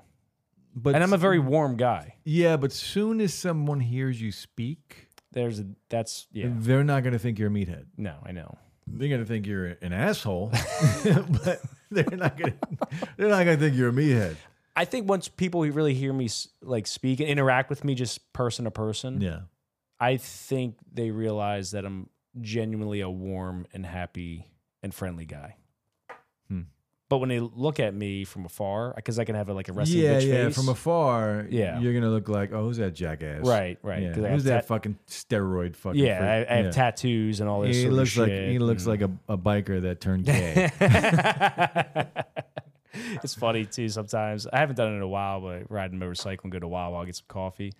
Speaker 2: But
Speaker 1: and I'm a very warm guy.
Speaker 2: yeah. But soon as someone hears you speak,
Speaker 1: There's a, that's yeah.
Speaker 2: they're not going to think you're a meathead.
Speaker 1: No, I know.
Speaker 2: They're gonna think you're an asshole, but they're not gonna. They're not gonna think you're a meathead.
Speaker 1: I think once people really hear me s- like speak and interact with me just person to person,
Speaker 2: Yeah.
Speaker 1: I think they realize that I'm genuinely a warm and happy and friendly guy.
Speaker 2: Hmm.
Speaker 1: But when they look at me from afar, because I can have a, like a resting
Speaker 2: Yeah,
Speaker 1: bitch
Speaker 2: yeah.
Speaker 1: face.
Speaker 2: From afar,
Speaker 1: Yeah.
Speaker 2: you're gonna look like, oh, who's that jackass?
Speaker 1: right, right.
Speaker 2: Yeah.
Speaker 1: 'cause I
Speaker 2: Who's
Speaker 1: have
Speaker 2: that
Speaker 1: tat-
Speaker 2: fucking steroid fucking?
Speaker 1: yeah, I,
Speaker 2: freak?
Speaker 1: I have
Speaker 2: Yeah.
Speaker 1: tattoos and all this.
Speaker 2: He
Speaker 1: sort of
Speaker 2: looks like
Speaker 1: shit,
Speaker 2: he looks
Speaker 1: and-
Speaker 2: like a, a biker that turned gay.
Speaker 1: it's funny too sometimes. I haven't done it in a while, but riding a motorcycle and go to Wawa, get some coffee.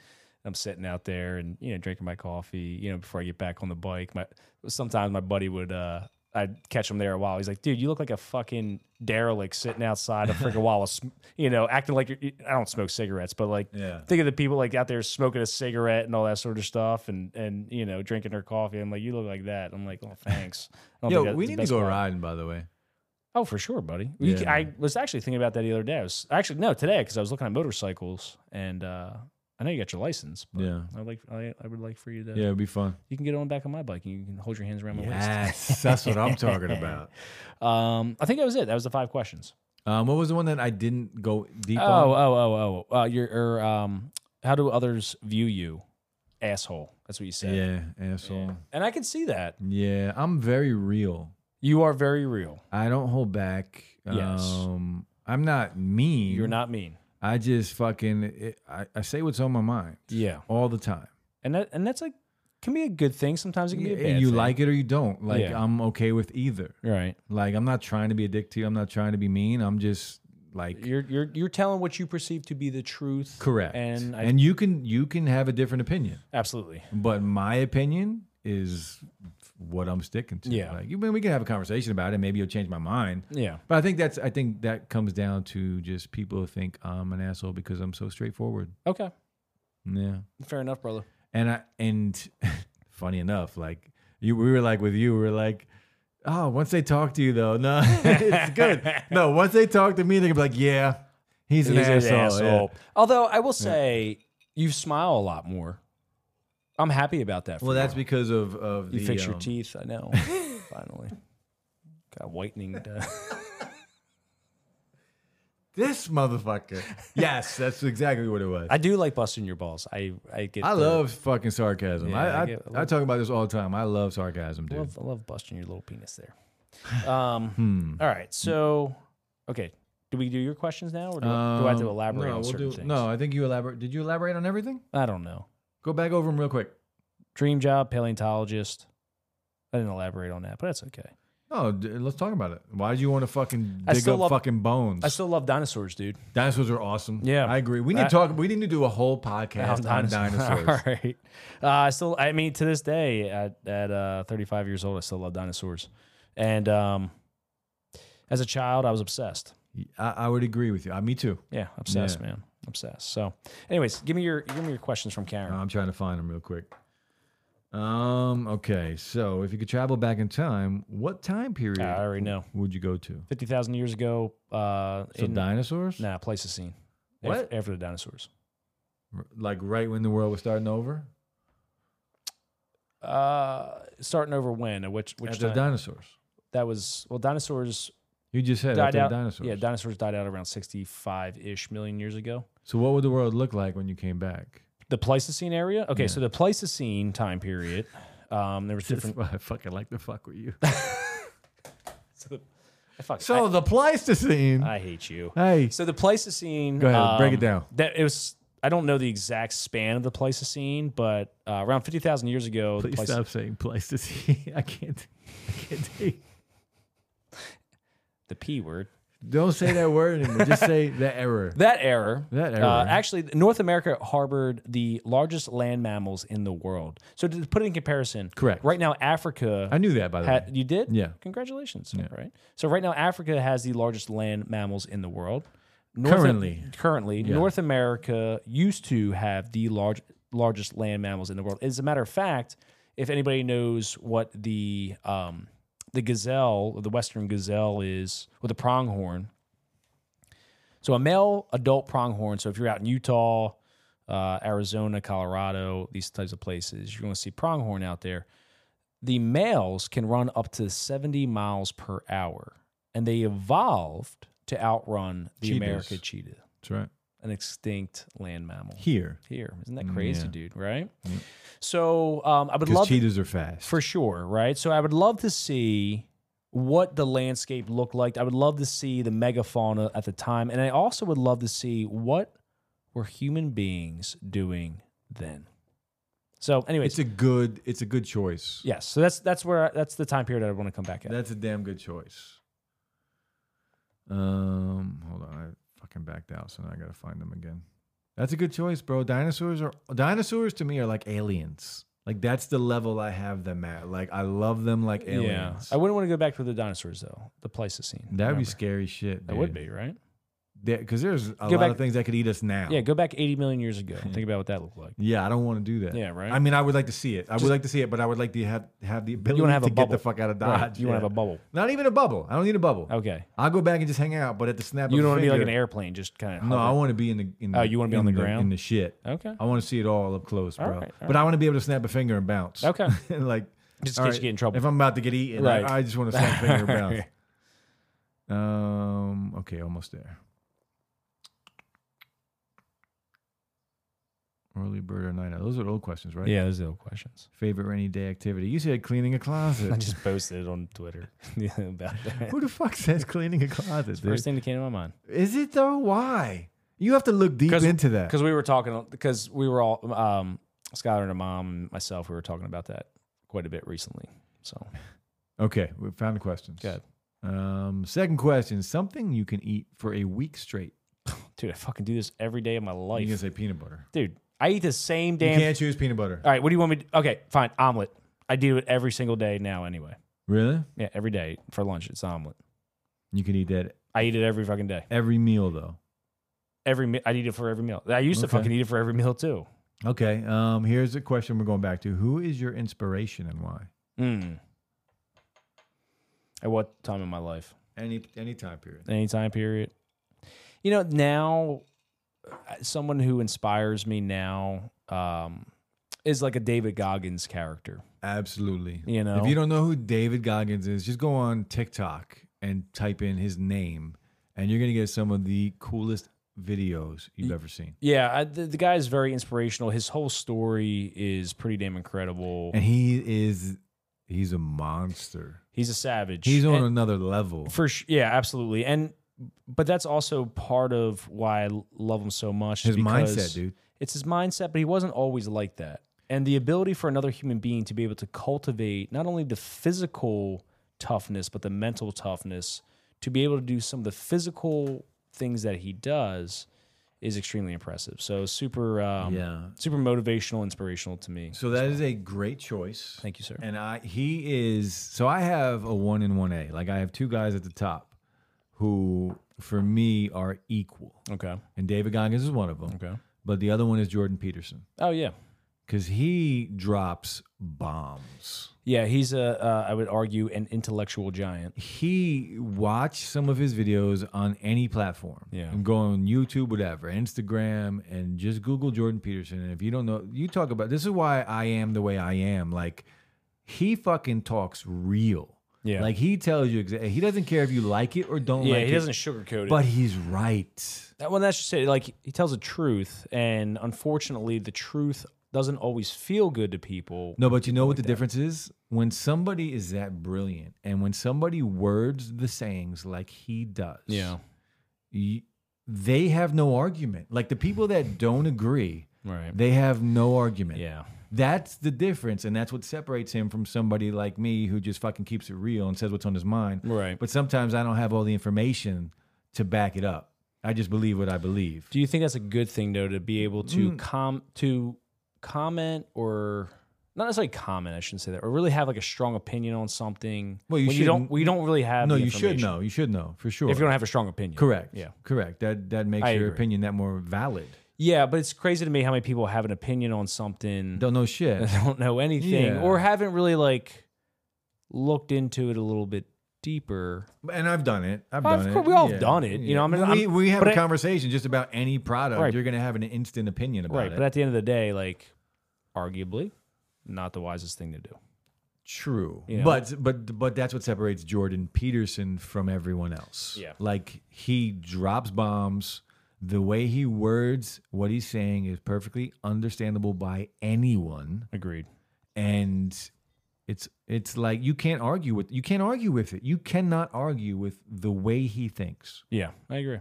Speaker 1: I'm sitting out there and you know drinking my coffee. You know before I get back on the bike, my sometimes my buddy would uh I'd catch him there a while. He's like, dude, you look like a fucking derelict sitting outside of freaking Wawa, sm- you know, acting like you're, I don't smoke cigarettes, but like
Speaker 2: yeah.
Speaker 1: think of the people like out there smoking a cigarette and all that sort of stuff, and and you know drinking their coffee. I'm like, you look like that. I'm like, oh thanks. I don't think
Speaker 2: Yo,
Speaker 1: that's
Speaker 2: we
Speaker 1: the
Speaker 2: need to
Speaker 1: best
Speaker 2: go
Speaker 1: vibe.
Speaker 2: riding. By the way.
Speaker 1: Oh, for sure, buddy. You
Speaker 2: Yeah.
Speaker 1: ca- I was actually thinking about that the other day. I was actually no today because I was looking at motorcycles, and uh, I know you got your license. But
Speaker 2: Yeah.
Speaker 1: I like. I, I would like for you to.
Speaker 2: Yeah, it'd be fun.
Speaker 1: You can get on back on my bike, and you can hold your hands around my
Speaker 2: Yes, that's what I'm talking about.
Speaker 1: waist. Um, I think that was it. That was the five questions.
Speaker 2: Um, what was the one that I didn't go deep
Speaker 1: Oh,
Speaker 2: on?
Speaker 1: oh, oh, oh. Uh, your, or, um, how do others view you, asshole? That's what you said.
Speaker 2: Yeah, asshole.
Speaker 1: And I can see that
Speaker 2: yeah, I'm very real.
Speaker 1: you are very real.
Speaker 2: I don't hold back.
Speaker 1: Yes.
Speaker 2: Um, I'm not mean.
Speaker 1: You're not mean.
Speaker 2: I just fucking it, I, I say what's on my mind.
Speaker 1: Yeah.
Speaker 2: All the time.
Speaker 1: And that, and that's like can be a good thing. Sometimes it can be a bad
Speaker 2: you
Speaker 1: thing.
Speaker 2: like it or you don't. Like
Speaker 1: Yeah.
Speaker 2: I'm okay with either.
Speaker 1: right.
Speaker 2: Like I'm not trying to be a dick to you. I'm not trying to be mean. I'm just like
Speaker 1: You're you're you're telling what you perceive to be the truth.
Speaker 2: correct.
Speaker 1: And I,
Speaker 2: and you can you can have a different opinion,
Speaker 1: absolutely.
Speaker 2: but my opinion is what I'm sticking to.
Speaker 1: Yeah.
Speaker 2: Like you we can have a conversation about it. Maybe you'll change my mind.
Speaker 1: Yeah.
Speaker 2: But I think that's I think that comes down to just people think I'm an asshole because I'm so straightforward.
Speaker 1: Okay.
Speaker 2: Yeah.
Speaker 1: Fair enough, brother.
Speaker 2: And I and funny enough, like you we were like with you, we were like, oh, once they talk to you though, no, it's good. No, once they talk to me, they're gonna be like, yeah, he's an
Speaker 1: He's an
Speaker 2: asshole. yeah.
Speaker 1: asshole. Although I will say, you smile a lot more. I'm happy about that. For
Speaker 2: Well, that's
Speaker 1: you.
Speaker 2: because of of
Speaker 1: you
Speaker 2: the,
Speaker 1: fix your
Speaker 2: um,
Speaker 1: teeth. I know. Finally, got whitening done.
Speaker 2: This motherfucker. yes, that's exactly what it was.
Speaker 1: I do like busting your balls. I I get.
Speaker 2: I
Speaker 1: the-
Speaker 2: love fucking sarcasm.
Speaker 1: Yeah,
Speaker 2: I
Speaker 1: I
Speaker 2: I,
Speaker 1: get-
Speaker 2: I, talk about this all the time. I love sarcasm, dude.
Speaker 1: love, I love busting your little penis there. Um,
Speaker 2: Hmm.
Speaker 1: All right. So, okay. Do we do your questions now, or do, I- do I have to
Speaker 2: Um,
Speaker 1: elaborate
Speaker 2: no,
Speaker 1: on
Speaker 2: we'll
Speaker 1: certain
Speaker 2: do-
Speaker 1: things?
Speaker 2: No, I think you elaborate. Did you elaborate on everything?
Speaker 1: I don't know.
Speaker 2: Go back over them real quick.
Speaker 1: Dream job, paleontologist. I didn't elaborate on that, but that's okay.
Speaker 2: No, d- let's talk about it. Why do you want to fucking
Speaker 1: I
Speaker 2: dig
Speaker 1: still
Speaker 2: up
Speaker 1: love-
Speaker 2: fucking bones?
Speaker 1: I still love dinosaurs, dude.
Speaker 2: dinosaurs are awesome.
Speaker 1: Yeah.
Speaker 2: I agree. We need to
Speaker 1: I-
Speaker 2: talk. We need to do a whole podcast on dinosaurs.
Speaker 1: All right. Uh, I still, I mean, to this day, at, at uh, 35 years old, I still love dinosaurs. And um, as a child, I was obsessed.
Speaker 2: I, I would agree with you. Uh, me too.
Speaker 1: Yeah, obsessed,
Speaker 2: Yeah.
Speaker 1: man, obsessed. So, anyways, give me your give me your questions from Karen.
Speaker 2: Uh, I'm trying to find them real quick. Um. Okay. So, if you could travel back in time, what time period
Speaker 1: I already know.
Speaker 2: would you go to?
Speaker 1: Fifty thousand years ago, uh,
Speaker 2: So
Speaker 1: in,
Speaker 2: dinosaurs?
Speaker 1: nah, Pleistocene. Af-
Speaker 2: What?
Speaker 1: after the dinosaurs?
Speaker 2: R- Like right when the world was starting over?
Speaker 1: Uh, starting over when? At which which
Speaker 2: After the
Speaker 1: time?
Speaker 2: dinosaurs.
Speaker 1: that was well, dinosaurs
Speaker 2: You just said
Speaker 1: died
Speaker 2: after
Speaker 1: out.
Speaker 2: the dinosaurs.
Speaker 1: Yeah, dinosaurs died out around sixty-five ish million years ago.
Speaker 2: so what would the world look like when you came back?
Speaker 1: The Pleistocene area. Okay, so the Pleistocene time period. Um, there was
Speaker 2: That's
Speaker 1: different.
Speaker 2: why I fucking like to fuck with you.
Speaker 1: so the, I fuck,
Speaker 2: so the Pleistocene.
Speaker 1: I, I hate you.
Speaker 2: hey,
Speaker 1: So the Pleistocene.
Speaker 2: Go ahead, break it
Speaker 1: um,
Speaker 2: down.
Speaker 1: That it was. I don't know the exact span of the Pleistocene, but uh, around fifty thousand years ago, the
Speaker 2: please
Speaker 1: Pleistocene.
Speaker 2: stop saying Pleistocene. I can't. I can't. take-
Speaker 1: the P word.
Speaker 2: Don't say that word anymore. Just say the error.
Speaker 1: That error.
Speaker 2: That
Speaker 1: Uh,
Speaker 2: error.
Speaker 1: actually, North America harbored the largest land mammals in the world. So to put it in comparison,
Speaker 2: Correct.
Speaker 1: Right now, Africa.
Speaker 2: I knew that by the
Speaker 1: ha-
Speaker 2: way.
Speaker 1: you did?
Speaker 2: Yeah.
Speaker 1: Congratulations. All right. So right now, Africa has the largest land mammals in the world. North
Speaker 2: Currently.
Speaker 1: currently, North America used to have the large largest land mammals in the world. As a matter of fact, if anybody knows what the um, the gazelle, the western gazelle, is with a pronghorn, so a male adult pronghorn. So if you're out in Utah, uh, Arizona, Colorado, these types of places, you're going to see pronghorn out there. The males can run up to 70 miles per hour, and they evolved to outrun the
Speaker 2: Cheetahs.
Speaker 1: America cheetah,
Speaker 2: That's right.
Speaker 1: an extinct land mammal.
Speaker 2: Here,
Speaker 1: Here, isn't that crazy,
Speaker 2: yeah. Mm.
Speaker 1: dude? Right. So um, I would
Speaker 2: because
Speaker 1: love
Speaker 2: cheetahs are fast.
Speaker 1: for sure, right? So I would love to see what the landscape looked like. I would love to see the megafauna at the time, and I also would love to see what were human beings doing then. So, anyways,
Speaker 2: it's a good. It's a good choice.
Speaker 1: yes. So that's that's where that's the time period I want to come back at.
Speaker 2: That's a damn good choice. Um, hold on, I fucking backed out, so now I gotta find them again. That's a good choice, bro. Dinosaurs are dinosaurs to me are like aliens. Like that's the level I have them at. Like I love them like
Speaker 1: yeah,
Speaker 2: aliens.
Speaker 1: I wouldn't want to go back to the dinosaurs though. The Pleistocene.
Speaker 2: That'd be
Speaker 1: remember?
Speaker 2: scary shit.
Speaker 1: that would be right.
Speaker 2: because there's a lot
Speaker 1: back-
Speaker 2: of things that could eat us now.
Speaker 1: Yeah, go back 80 million years ago. Think about what that looked like.
Speaker 2: Yeah, I don't want to do that.
Speaker 1: Yeah, right?
Speaker 2: I mean, I would like to see it. I would like to see it, but I would like to have have the ability
Speaker 1: wanna have
Speaker 2: to
Speaker 1: a
Speaker 2: get
Speaker 1: bubble.
Speaker 2: the fuck out of Dodge.
Speaker 1: Right, You want to
Speaker 2: Yeah.
Speaker 1: have a bubble?
Speaker 2: Not even a bubble. I don't need a bubble.
Speaker 1: Okay.
Speaker 2: I'll go back and just hang out, but at the snap,
Speaker 1: You
Speaker 2: of
Speaker 1: don't
Speaker 2: a
Speaker 1: want to be like an
Speaker 2: finger-
Speaker 1: airplane, just kind of.
Speaker 2: No, I want to be in the. In
Speaker 1: Oh,
Speaker 2: the
Speaker 1: you wanna be on
Speaker 2: in
Speaker 1: the
Speaker 2: in
Speaker 1: ground?
Speaker 2: the shit.
Speaker 1: Okay.
Speaker 2: I want to see it all up close, bro.
Speaker 1: right, all
Speaker 2: but I want to be able to snap a finger and bounce.
Speaker 1: Okay.
Speaker 2: and like,
Speaker 1: Just in
Speaker 2: all
Speaker 1: case you get in trouble.
Speaker 2: If I'm about to get eaten, I-
Speaker 1: Right.
Speaker 2: I, just want to snap a finger and bounce. Um. Okay, almost there. Early bird or night owl? Those are old questions, right?
Speaker 1: Yeah, those are the old questions.
Speaker 2: Favorite rainy day activity? You said cleaning a
Speaker 1: I
Speaker 2: closet.
Speaker 1: just posted it on Twitter about that.
Speaker 2: Who the fuck says cleaning a closet, dude?
Speaker 1: First thing that came to my mind
Speaker 2: Is it though? Why? You have to look deep
Speaker 1: 'Cause-
Speaker 2: into that.
Speaker 1: because we were talking because we were all um, Skylar and her mom and myself we were talking about that quite a bit recently. So
Speaker 2: Okay, we found the questions.
Speaker 1: Good.
Speaker 2: Um, second question: Something you can eat for a week straight.
Speaker 1: dude, I fucking do this every day of my
Speaker 2: You can
Speaker 1: life,
Speaker 2: say peanut butter.
Speaker 1: dude. I eat the same
Speaker 2: You
Speaker 1: damn.
Speaker 2: can't choose peanut butter.
Speaker 1: All right, what do you want me? to Okay, fine, omelet. I do it every single day now. Anyway,
Speaker 2: Really?
Speaker 1: yeah, every day for lunch it's omelet.
Speaker 2: You can eat that
Speaker 1: I eat it every fucking day.
Speaker 2: every meal though.
Speaker 1: Every mi- I eat it for every meal. I used to
Speaker 2: Okay.
Speaker 1: fucking eat it for every meal too.
Speaker 2: Okay. Um, here's a question we're going back to. Who is your inspiration and why?
Speaker 1: Mm. At what time in my life?
Speaker 2: Any any time period.
Speaker 1: Any time period? You know, now uh, someone who inspires me now um, is like a David Goggins character.
Speaker 2: Absolutely.
Speaker 1: You know,
Speaker 2: If you don't know who David Goggins is, just go on TikTok and type in his name, and you're gonna get some of the coolest videos you've ever seen.
Speaker 1: yeah, I, the, the guy is very inspirational. His whole story is pretty damn incredible.
Speaker 2: And he is he's a monster.
Speaker 1: He's a savage.
Speaker 2: He's on
Speaker 1: And-
Speaker 2: another level.
Speaker 1: For sure. Yeah, absolutely. And but that's also part of why I l- love him so much. is
Speaker 2: His mindset,
Speaker 1: because
Speaker 2: dude.
Speaker 1: It's his mindset, but he wasn't always like that. And the ability for another human being to be able to cultivate not only the physical toughness, but the mental toughness to be able to do some of the physical things that he does is extremely impressive. So super um,
Speaker 2: yeah.
Speaker 1: super motivational, inspirational to me.
Speaker 2: So that is a great choice.
Speaker 1: Thank you, sir.
Speaker 2: And I he is so I have a one and one A. Like I have two guys at the top who for me are equal.
Speaker 1: Okay.
Speaker 2: And David Goggins is one of them.
Speaker 1: Okay.
Speaker 2: But the other one is Jordan Peterson.
Speaker 1: Oh yeah.
Speaker 2: Because he drops bombs.
Speaker 1: Yeah, he's a uh, I would argue an intellectual giant.
Speaker 2: He watch some of his videos on any platform.
Speaker 1: Yeah.
Speaker 2: And go on YouTube, whatever, Instagram, and just Google Jordan Peterson. And if you don't know, you talk about this is why I am the way I am. Like he fucking talks real.
Speaker 1: Yeah.
Speaker 2: Like he tells you exactly. He doesn't care if you like it or don't
Speaker 1: yeah,
Speaker 2: like
Speaker 1: he
Speaker 2: it.
Speaker 1: doesn't sugarcoat it.
Speaker 2: But he's right.
Speaker 1: That well, that's just it. Like he tells the truth, and unfortunately, the truth doesn't always feel good to people.
Speaker 2: No, but you know what the difference is? When somebody is that brilliant and when somebody words the sayings like he does,
Speaker 1: Yeah.
Speaker 2: y- they have no argument. Like the people that don't agree,
Speaker 1: Right.
Speaker 2: they have no argument.
Speaker 1: Yeah.
Speaker 2: That's the difference. And that's what separates him from somebody like me who just fucking keeps it real and says what's on his mind.
Speaker 1: Right.
Speaker 2: But sometimes I don't have all the information to back it up. I just believe what I believe.
Speaker 1: Do you think that's a good thing though to be able to
Speaker 2: Mm.
Speaker 1: com to comment or not necessarily comment? I shouldn't say that. Or really have like a strong opinion on something.
Speaker 2: Well, you
Speaker 1: when you don't.
Speaker 2: shouldn't-
Speaker 1: We don't really have.
Speaker 2: No,
Speaker 1: the
Speaker 2: you should
Speaker 1: information.
Speaker 2: know. You should know for sure.
Speaker 1: if you don't have a strong opinion.
Speaker 2: Correct.
Speaker 1: Yeah.
Speaker 2: Correct. That that makes
Speaker 1: I
Speaker 2: your
Speaker 1: agree.
Speaker 2: opinion that more valid.
Speaker 1: Yeah, but it's crazy to me how many people have an opinion on something
Speaker 2: Don't know shit.
Speaker 1: that don't know anything
Speaker 2: Yeah.
Speaker 1: or haven't really like looked into it a little bit deeper.
Speaker 2: and I've done it. I've
Speaker 1: Of
Speaker 2: done
Speaker 1: course,
Speaker 2: it.
Speaker 1: we all have done it. You know, I mean,
Speaker 2: we,
Speaker 1: I'm-
Speaker 2: we have
Speaker 1: but
Speaker 2: a
Speaker 1: I-
Speaker 2: conversation just about any product.
Speaker 1: Right.
Speaker 2: You're going to have an instant opinion about
Speaker 1: Right.
Speaker 2: it.
Speaker 1: But at the end of the day, like, arguably, not the wisest thing to do.
Speaker 2: True.
Speaker 1: You know?
Speaker 2: But but but that's what separates Jordan Peterson from everyone else.
Speaker 1: Yeah.
Speaker 2: Like he drops bombs. The way he words what he's saying is perfectly understandable by anyone,
Speaker 1: Agreed.
Speaker 2: and it's it's like you can't argue with you can't argue with it. You cannot argue with the way he thinks.
Speaker 1: Yeah, I agree.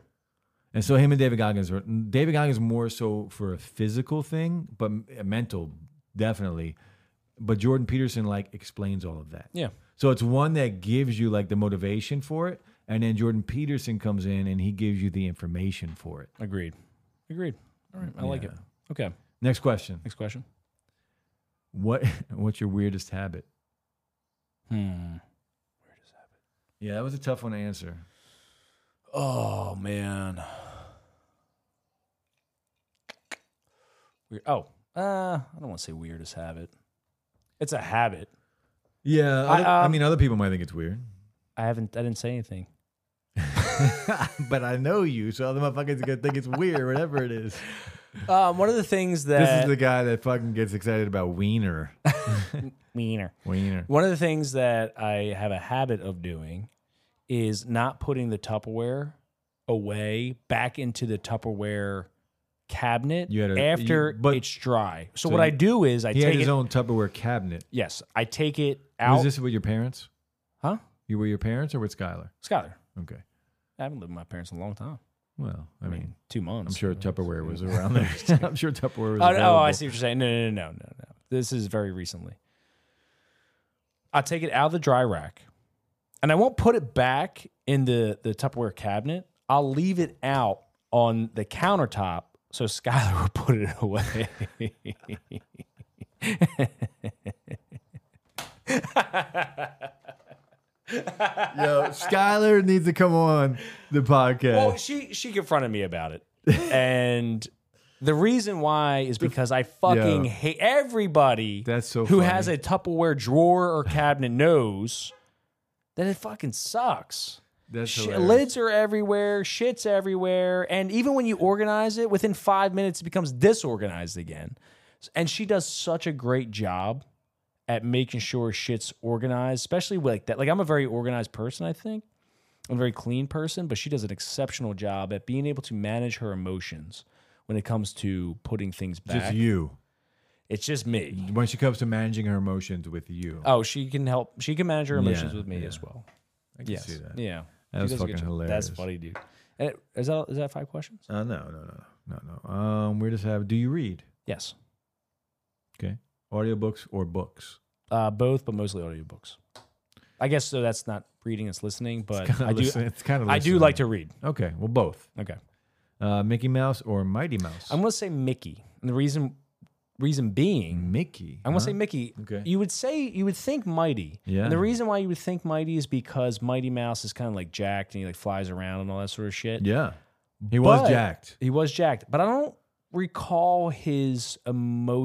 Speaker 2: And so him and David Goggins were David Goggins more so for a physical thing, but m- mental definitely. But Jordan Peterson like explains all of that.
Speaker 1: Yeah.
Speaker 2: So it's one that gives you like the motivation for it, and then Jordan Peterson comes in and he gives you the information for it.
Speaker 1: Agreed. Agreed. All right. I like it. Okay.
Speaker 2: Next question:
Speaker 1: Next question.
Speaker 2: What what's your weirdest habit?
Speaker 1: Hmm.
Speaker 2: Yeah, that was a tough one to answer.
Speaker 1: Oh, man. Weird. Oh, uh, I don't want to say weirdest habit. It's a habit.
Speaker 2: Yeah,
Speaker 1: I-
Speaker 2: other- I uh,
Speaker 1: um,
Speaker 2: mean, other people might think it's weird,
Speaker 1: I haven't, I didn't say anything.
Speaker 2: but I know you, so other motherfuckers gonna think it's weird, whatever it is.
Speaker 1: Um, one of the things
Speaker 2: This is
Speaker 1: that
Speaker 2: the guy that fucking gets excited about wiener.
Speaker 1: meaner.
Speaker 2: Wiener.
Speaker 1: One of the things that I have a habit of doing is not putting the Tupperware away back into the Tupperware cabinet
Speaker 2: You had a-
Speaker 1: after
Speaker 2: you- but-
Speaker 1: it's dry. So,
Speaker 2: so
Speaker 1: what I
Speaker 2: you-
Speaker 1: do is I
Speaker 2: He
Speaker 1: take
Speaker 2: had
Speaker 1: it.
Speaker 2: his own Tupperware cabinet.
Speaker 1: yes, I take it
Speaker 2: Was
Speaker 1: out.
Speaker 2: this with your parents?
Speaker 1: huh,
Speaker 2: You were your parents or with Skylar?
Speaker 1: Skylar?
Speaker 2: Okay.
Speaker 1: I haven't lived with my parents in a long time.
Speaker 2: Well, I mean,
Speaker 1: two months.
Speaker 2: I'm sure Tupperware was around there. I'm sure Tupperware was.
Speaker 1: Oh, no,
Speaker 2: available.
Speaker 1: oh, I see what you're saying. No, no, no, no, no, no. This is very recently. I take it out of the dry rack, and I won't put it back in the the Tupperware cabinet. I'll leave it out on the countertop so Skylar will put it away.
Speaker 2: Yo, Skylar needs to come on the podcast.
Speaker 1: well, she she confronted me about it, and The reason why is because I fucking
Speaker 2: Yeah.
Speaker 1: hate everybody
Speaker 2: That's so
Speaker 1: who
Speaker 2: funny.
Speaker 1: has a Tupperware drawer or cabinet knows that it fucking sucks.
Speaker 2: That's
Speaker 1: Sh-
Speaker 2: hilarious.
Speaker 1: lids are everywhere, shit's everywhere, and even when you organize it, within five minutes it becomes disorganized again. And she does such a great job at making sure shit's organized, especially with like that. Like I'm a very organized person, I think. I'm a very clean person, but she does an exceptional job at being able to manage her emotions when it comes to putting things back.
Speaker 2: Just you.
Speaker 1: It's just me.
Speaker 2: When she comes to managing her emotions with you,
Speaker 1: Oh, she can help. She can manage her emotions
Speaker 2: Yeah,
Speaker 1: with me
Speaker 2: yeah.
Speaker 1: as well.
Speaker 2: I can
Speaker 1: Yes.
Speaker 2: see that.
Speaker 1: Yeah.
Speaker 2: That
Speaker 1: She does a
Speaker 2: was
Speaker 1: good
Speaker 2: fucking
Speaker 1: job.
Speaker 2: hilarious.
Speaker 1: That's funny, dude. And it- Is that is that five questions?
Speaker 2: Uh, no, no, no, no, no, no. Um, we just have. Do you read?
Speaker 1: Yes.
Speaker 2: Okay. Audiobooks or books?
Speaker 1: Uh, both, but mostly audiobooks. I guess so. That's not reading; it's listening. But
Speaker 2: Kinda
Speaker 1: I do,
Speaker 2: listen- It's kind of.
Speaker 1: I do like to read.
Speaker 2: Okay. Well, both.
Speaker 1: Okay,
Speaker 2: Uh, Mickey Mouse or Mighty Mouse?
Speaker 1: I'm gonna say Mickey, and the reason, reason being,
Speaker 2: Mickey.
Speaker 1: I'm gonna
Speaker 2: huh?
Speaker 1: say Mickey.
Speaker 2: Uh-huh. Okay.
Speaker 1: You would say you would think Mighty. And the
Speaker 2: Yeah.
Speaker 1: reason why you would think Mighty is because Mighty Mouse is kind of like jacked and he like flies around and all that sort of shit.
Speaker 2: Yeah. He was
Speaker 1: But-
Speaker 2: jacked.
Speaker 1: He was jacked, but I don't recall his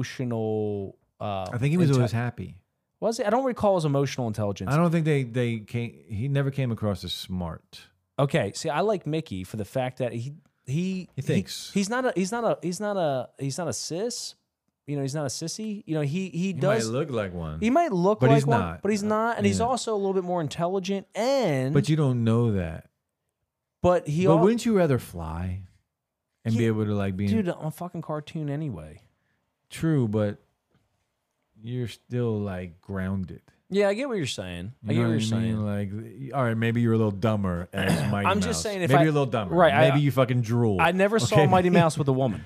Speaker 1: emotional. Uh,
Speaker 2: I think he was
Speaker 1: inte-
Speaker 2: always happy.
Speaker 1: was he? I don't recall his emotional intelligence.
Speaker 2: I don't think they they came. He never came across as smart.
Speaker 1: Okay, see, I like Mickey for the fact that he he
Speaker 2: He thinks.
Speaker 1: he's not a he's not a he's not a he's not a cis. You know, he's not a sissy. You know, he he,
Speaker 2: He
Speaker 1: does.
Speaker 2: might look like one,
Speaker 1: he might look
Speaker 2: but
Speaker 1: like
Speaker 2: he's
Speaker 1: one,
Speaker 2: not. Uh,
Speaker 1: but he's not, and he's
Speaker 2: Yeah.
Speaker 1: also a little bit more intelligent. And
Speaker 2: but you don't know that.
Speaker 1: but he
Speaker 2: but
Speaker 1: al-
Speaker 2: wouldn't you rather fly and be
Speaker 1: Yeah.
Speaker 2: able to like be in-
Speaker 1: dude, I'm a fucking cartoon anyway.
Speaker 2: true? But you're still like grounded.
Speaker 1: Yeah, I get what you're saying. I
Speaker 2: You
Speaker 1: get
Speaker 2: know
Speaker 1: what you're
Speaker 2: what I
Speaker 1: saying.
Speaker 2: mean? Like, all right, maybe you're a little dumber as Mighty
Speaker 1: I'm
Speaker 2: Mouse.
Speaker 1: just saying if
Speaker 2: maybe
Speaker 1: I-
Speaker 2: you're a little dumber.
Speaker 1: right, I-
Speaker 2: Maybe you fucking drool.
Speaker 1: I never saw
Speaker 2: Okay?
Speaker 1: Mighty Mouse with a woman.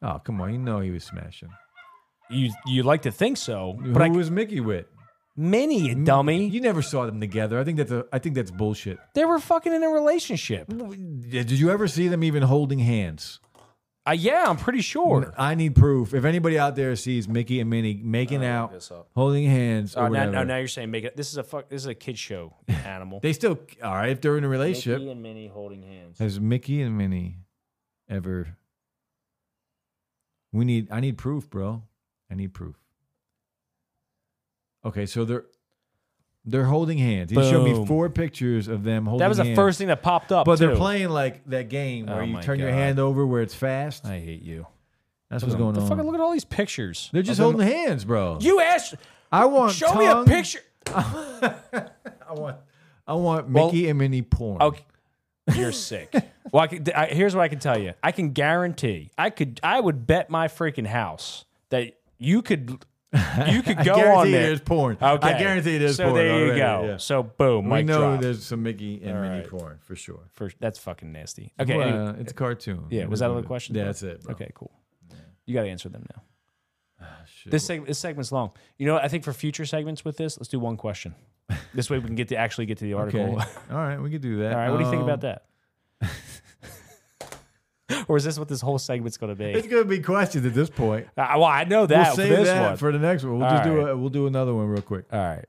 Speaker 2: Oh come on, you know he was smashing.
Speaker 1: You you like to think so,
Speaker 2: Who Mm.
Speaker 1: but I
Speaker 2: was Mickey with?
Speaker 1: many dummy.
Speaker 2: You never saw them together. I think that's a, I think that's bullshit.
Speaker 1: They were fucking in a relationship.
Speaker 2: Yeah, Did you ever see them even holding hands?
Speaker 1: Uh, yeah, I'm pretty sure.
Speaker 2: I need proof. If anybody out there sees Mickey and Minnie making out,
Speaker 1: this up.
Speaker 2: holding hands, or
Speaker 1: Oh, now,
Speaker 2: whatever,
Speaker 1: now, now you're saying make it. This is a fuck. This is a kid show. you Animal.
Speaker 2: they still all right if they're in a relationship.
Speaker 1: Mickey and Minnie holding hands.
Speaker 2: Has Mickey and Minnie ever? We need. I need proof, bro. I need proof. Okay, so they're they're holding hands. He showed me
Speaker 1: Boom.
Speaker 2: four pictures of them holding.
Speaker 1: That was the
Speaker 2: hands.
Speaker 1: first thing that popped up.
Speaker 2: But they're
Speaker 1: too.
Speaker 2: playing like that game where
Speaker 1: Oh
Speaker 2: you
Speaker 1: my
Speaker 2: turn your
Speaker 1: God.
Speaker 2: hand over where it's fast.
Speaker 1: I hate you.
Speaker 2: That's what's going
Speaker 1: the
Speaker 2: on.
Speaker 1: Fucking look at all these pictures.
Speaker 2: Oh. they're just
Speaker 1: of them-
Speaker 2: holding hands, bro.
Speaker 1: You asked.
Speaker 2: I want
Speaker 1: Show me a
Speaker 2: tongue.
Speaker 1: picture.
Speaker 2: I want I want Mickey and Minnie porn.
Speaker 1: Okay. You're sick. Well, I can, I, here's what I can tell you. I can guarantee. I could. I would bet my freaking house that you could. You could
Speaker 2: I
Speaker 1: go
Speaker 2: guarantee
Speaker 1: on there.
Speaker 2: there's porn.
Speaker 1: Okay.
Speaker 2: I guarantee there's
Speaker 1: so
Speaker 2: porn.
Speaker 1: there you
Speaker 2: already,
Speaker 1: go.
Speaker 2: yeah.
Speaker 1: So boom.
Speaker 2: We
Speaker 1: mic
Speaker 2: know
Speaker 1: drop.
Speaker 2: there's some Mickey and Minnie
Speaker 1: right.
Speaker 2: porn for sure.
Speaker 1: For, that's fucking nasty. Okay.
Speaker 2: Well,
Speaker 1: anyway.
Speaker 2: uh, it's a cartoon.
Speaker 1: Yeah,
Speaker 2: It
Speaker 1: was
Speaker 2: is
Speaker 1: that
Speaker 2: what
Speaker 1: all the
Speaker 2: it-
Speaker 1: questions,
Speaker 2: Yeah,
Speaker 1: bro?
Speaker 2: that's it. Bro. Ah,
Speaker 1: Okay, cool. You got to answer them now.
Speaker 2: shit.
Speaker 1: This segment, this segment's long. You know, what? I think for future segments with this, let's do one question. This way, we can get to actually get to the
Speaker 2: Okay.
Speaker 1: article.
Speaker 2: all right, we could do that.
Speaker 1: All right, what do you think
Speaker 2: Um,
Speaker 1: about that? or is this what this whole segment's going to be?
Speaker 2: It's gonna be questions at this point.
Speaker 1: Uh, well, I know
Speaker 2: We'll
Speaker 1: that for
Speaker 2: save
Speaker 1: this
Speaker 2: that
Speaker 1: one.
Speaker 2: for the next one. We'll
Speaker 1: All
Speaker 2: just do
Speaker 1: right.
Speaker 2: a, we'll do another one real quick.
Speaker 1: All right,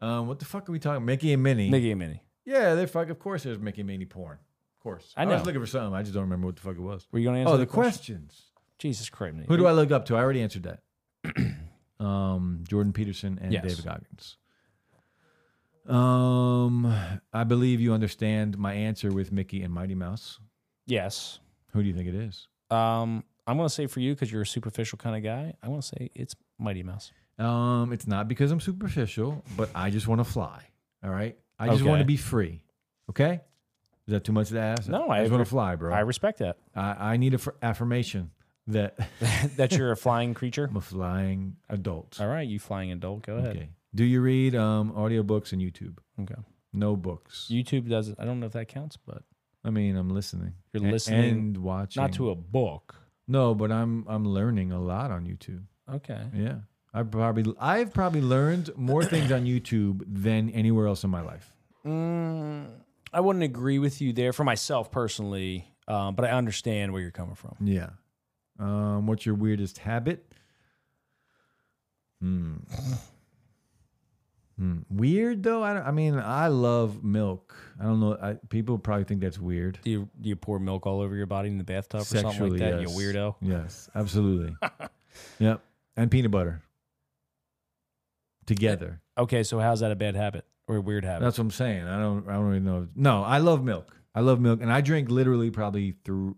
Speaker 2: Um, what the fuck are we talking? Mickey and Minnie.
Speaker 1: Mickey and Minnie.
Speaker 2: Yeah, they fuck. Of course, there's Mickey and Minnie porn. Of course.
Speaker 1: I
Speaker 2: I
Speaker 1: know.
Speaker 2: was looking for something. I just don't remember what the fuck it was.
Speaker 1: Were you going to answer?
Speaker 2: Oh,
Speaker 1: that
Speaker 2: the questions.
Speaker 1: Jesus Christ! Minnie.
Speaker 2: Who do I look up to? I already answered that. um, Jordan Peterson and
Speaker 1: Yes.
Speaker 2: David Goggins. Um, I believe you understand my answer with Mickey and Mighty Mouse.
Speaker 1: Yes.
Speaker 2: Who do you think it is?
Speaker 1: Um, I'm going to say for you because you're a superficial kind of guy. I want to say it's Mighty Mouse.
Speaker 2: Um, it's not because I'm superficial, but I just want to fly. All right, I just want
Speaker 1: Okay.
Speaker 2: to be free. Okay, is that too much to ask?
Speaker 1: No,
Speaker 2: I
Speaker 1: I
Speaker 2: just want
Speaker 1: agree.
Speaker 2: to fly, bro.
Speaker 1: I
Speaker 2: I,
Speaker 1: respect that.
Speaker 2: I, need a fr- affirmation that
Speaker 1: that you're a flying creature.
Speaker 2: I'm a flying adult.
Speaker 1: All right, you flying adult. Go ahead.
Speaker 2: Okay. Do you read um audiobooks and YouTube?
Speaker 1: Okay.
Speaker 2: No books.
Speaker 1: YouTube doesn't. I don't know if that counts, but
Speaker 2: I mean, I'm listening.
Speaker 1: You're
Speaker 2: A-
Speaker 1: listening,
Speaker 2: and watching.
Speaker 1: not to a book.
Speaker 2: No, but I'm I'm learning a lot on YouTube.
Speaker 1: Okay.
Speaker 2: Yeah, I probably I've probably learned more things on YouTube than anywhere else in my life.
Speaker 1: Mm, I wouldn't agree with you there for myself personally, um, but I understand where you're coming from.
Speaker 2: Yeah. Um, what's your weirdest habit? Hmm. Weird though. I, don't- I mean, I love milk. I don't know. I, people probably think that's weird.
Speaker 1: Do you, do you pour milk all over your body in the bathtub or something like
Speaker 2: Sexually,
Speaker 1: that?
Speaker 2: yes.
Speaker 1: You weirdo.
Speaker 2: Yes, absolutely. yep, and peanut butter together.
Speaker 1: Okay, so how's that a bad habit or a weird habit?
Speaker 2: That's what I'm saying. I don't. I don't even know. No, I love milk. I love milk, and I drink literally probably through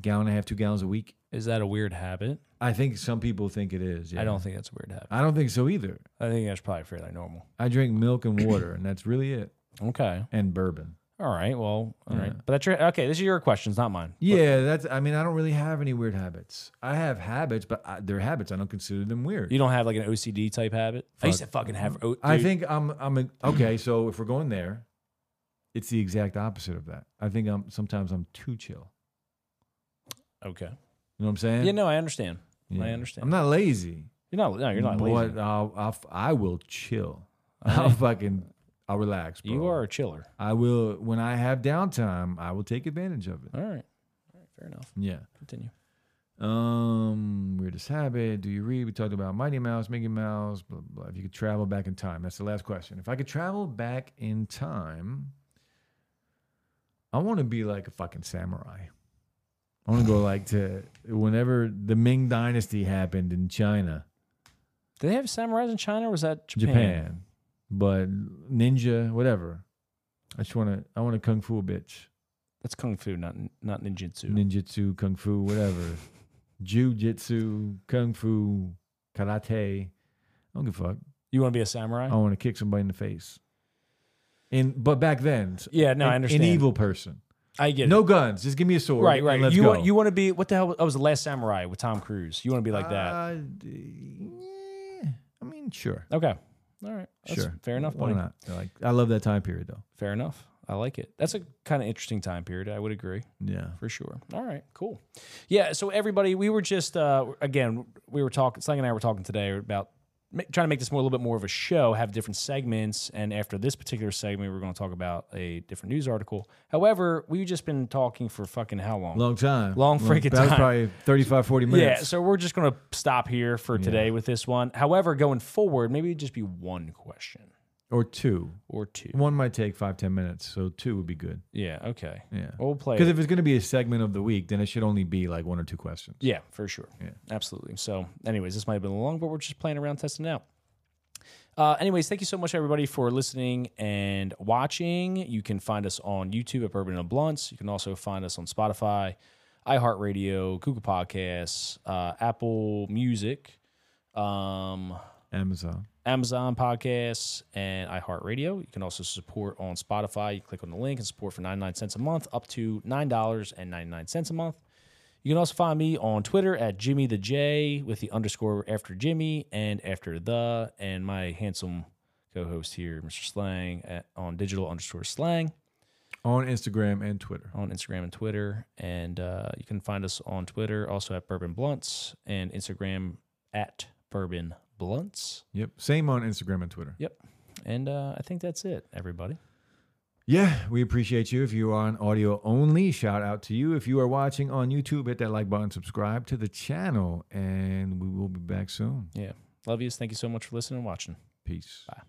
Speaker 2: gallon and a half, two gallons a week.
Speaker 1: Is that a weird habit?
Speaker 2: I think some people think it is. Yeah.
Speaker 1: I don't think that's a weird habit.
Speaker 2: I don't think so either.
Speaker 1: I think that's probably fairly normal.
Speaker 2: I drink milk and water, and that's really it.
Speaker 1: Okay.
Speaker 2: And bourbon.
Speaker 1: All right. Well, all right.
Speaker 2: Yeah.
Speaker 1: But that's your okay. This is your questions, not mine.
Speaker 2: Yeah, that's. I mean, I don't really have any weird habits. I have habits, but I, they're habits. I don't consider them weird.
Speaker 1: You don't have like an OCD type habit. I used to fucking have. O-
Speaker 2: I
Speaker 1: dude,
Speaker 2: think I'm. I'm a, okay. So if we're going there, it's the exact opposite of that. I think I'm. Sometimes I'm too chill.
Speaker 1: Okay.
Speaker 2: You know what I'm saying?
Speaker 1: Yeah. No, I understand.
Speaker 2: Yeah.
Speaker 1: I understand.
Speaker 2: I'm not lazy.
Speaker 1: you're not. No, you're not
Speaker 2: but
Speaker 1: lazy.
Speaker 2: I'll, I'll, f- I will chill.
Speaker 1: All
Speaker 2: I'll
Speaker 1: right.
Speaker 2: fucking. I'll relax. Bro.
Speaker 1: You are a chiller.
Speaker 2: I will. When I have downtime, I will take advantage of it.
Speaker 1: All right. All right. Fair enough.
Speaker 2: Yeah.
Speaker 1: Continue.
Speaker 2: Um, weirdest habit. Do you read? We talked about Mighty Mouse, Mickey Mouse, blah, blah, blah. If you could travel back in time, that's the last question. If I could travel back in time, I want to be like a fucking samurai. I want to go like to whenever the Ming Dynasty happened in China,
Speaker 1: Do they have samurais in China or was that Japan?
Speaker 2: Japan, but ninja, whatever. I just want to, I want to kung fu a bitch,
Speaker 1: That's kung fu, not not ninjutsu.
Speaker 2: ninjutsu, kung fu, whatever. jujitsu, kung fu, karate. I don't give a fuck.
Speaker 1: you want to be a samurai?
Speaker 2: I want to kick somebody in the face. And but back then,
Speaker 1: yeah. No,
Speaker 2: an,
Speaker 1: I understand.
Speaker 2: an evil person.
Speaker 1: I get
Speaker 2: No guns. Just give me a
Speaker 1: it.
Speaker 2: sword.
Speaker 1: Right.
Speaker 2: and
Speaker 1: Right.
Speaker 2: Let's
Speaker 1: you
Speaker 2: go.
Speaker 1: want you want to be what the hell? I was the last samurai with Tom Cruise. You want to be like that?
Speaker 2: Uh, d- yeah, I mean, sure,
Speaker 1: Okay. All right. That's
Speaker 2: Uh, sure.
Speaker 1: Fair enough.
Speaker 2: Why
Speaker 1: buddy.
Speaker 2: not? Like, I love that time period though.
Speaker 1: Fair enough. I like it. That's a kind of interesting time period. I would agree
Speaker 2: Yeah.
Speaker 1: for sure. All right, cool. Yeah. So everybody, we were just uh, again, we were talking. Slang and I were talking today about ma- trying to make this more a little bit more of a show, have different segments, and after this particular segment, we're going to talk about a different news article. However, we've just been talking for fucking how long?
Speaker 2: Long time.
Speaker 1: Long freaking
Speaker 2: That was
Speaker 1: time.
Speaker 2: probably 35, 40 minutes.
Speaker 1: Yeah, so we're just going to stop here for today with this one. However, going forward, maybe it'd just be one question
Speaker 2: Or two.
Speaker 1: or two.
Speaker 2: One might take five, ten minutes. So two would be good.
Speaker 1: Yeah, okay.
Speaker 2: Yeah.
Speaker 1: We'll play.
Speaker 2: Because if it's going to be a segment of the week, then it should only be like one or two questions.
Speaker 1: Yeah, for sure.
Speaker 2: Yeah.
Speaker 1: Absolutely. So, anyways, this might have been long, but we're just playing around, testing it out. Uh, anyways, thank you so much, everybody, for listening and watching. You can find us on YouTube at Bourbon and Blunts. You can also find us on Spotify, iHeartRadio, Google Podcasts, uh, Apple Music, um,
Speaker 2: Amazon.
Speaker 1: Amazon Podcasts, and iHeartRadio. You can also support on Spotify. You click on the link and support for 99 cents a month, up to $9.99 a month. You can also find me on Twitter at Jimmy the J with the underscore after Jimmy and after the, and my handsome co-host here, Mr. Slang, at, on digital underscore slang
Speaker 2: On Instagram and Twitter.
Speaker 1: on Instagram and Twitter. And uh, you can find us on Twitter also at Bourbon Blunts and Instagram at Bourbon Blunts.
Speaker 2: Yep. Same on Instagram and Twitter.
Speaker 1: Yep. And uh, I think that's it, everybody.
Speaker 2: Yeah, we appreciate you. If you are on audio only, shout out to you. If you are watching on YouTube, hit that like button, subscribe to the channel, and we will be back soon.
Speaker 1: Yeah. Love yous. Thank you so much for listening and watching.
Speaker 2: Peace.
Speaker 1: Bye.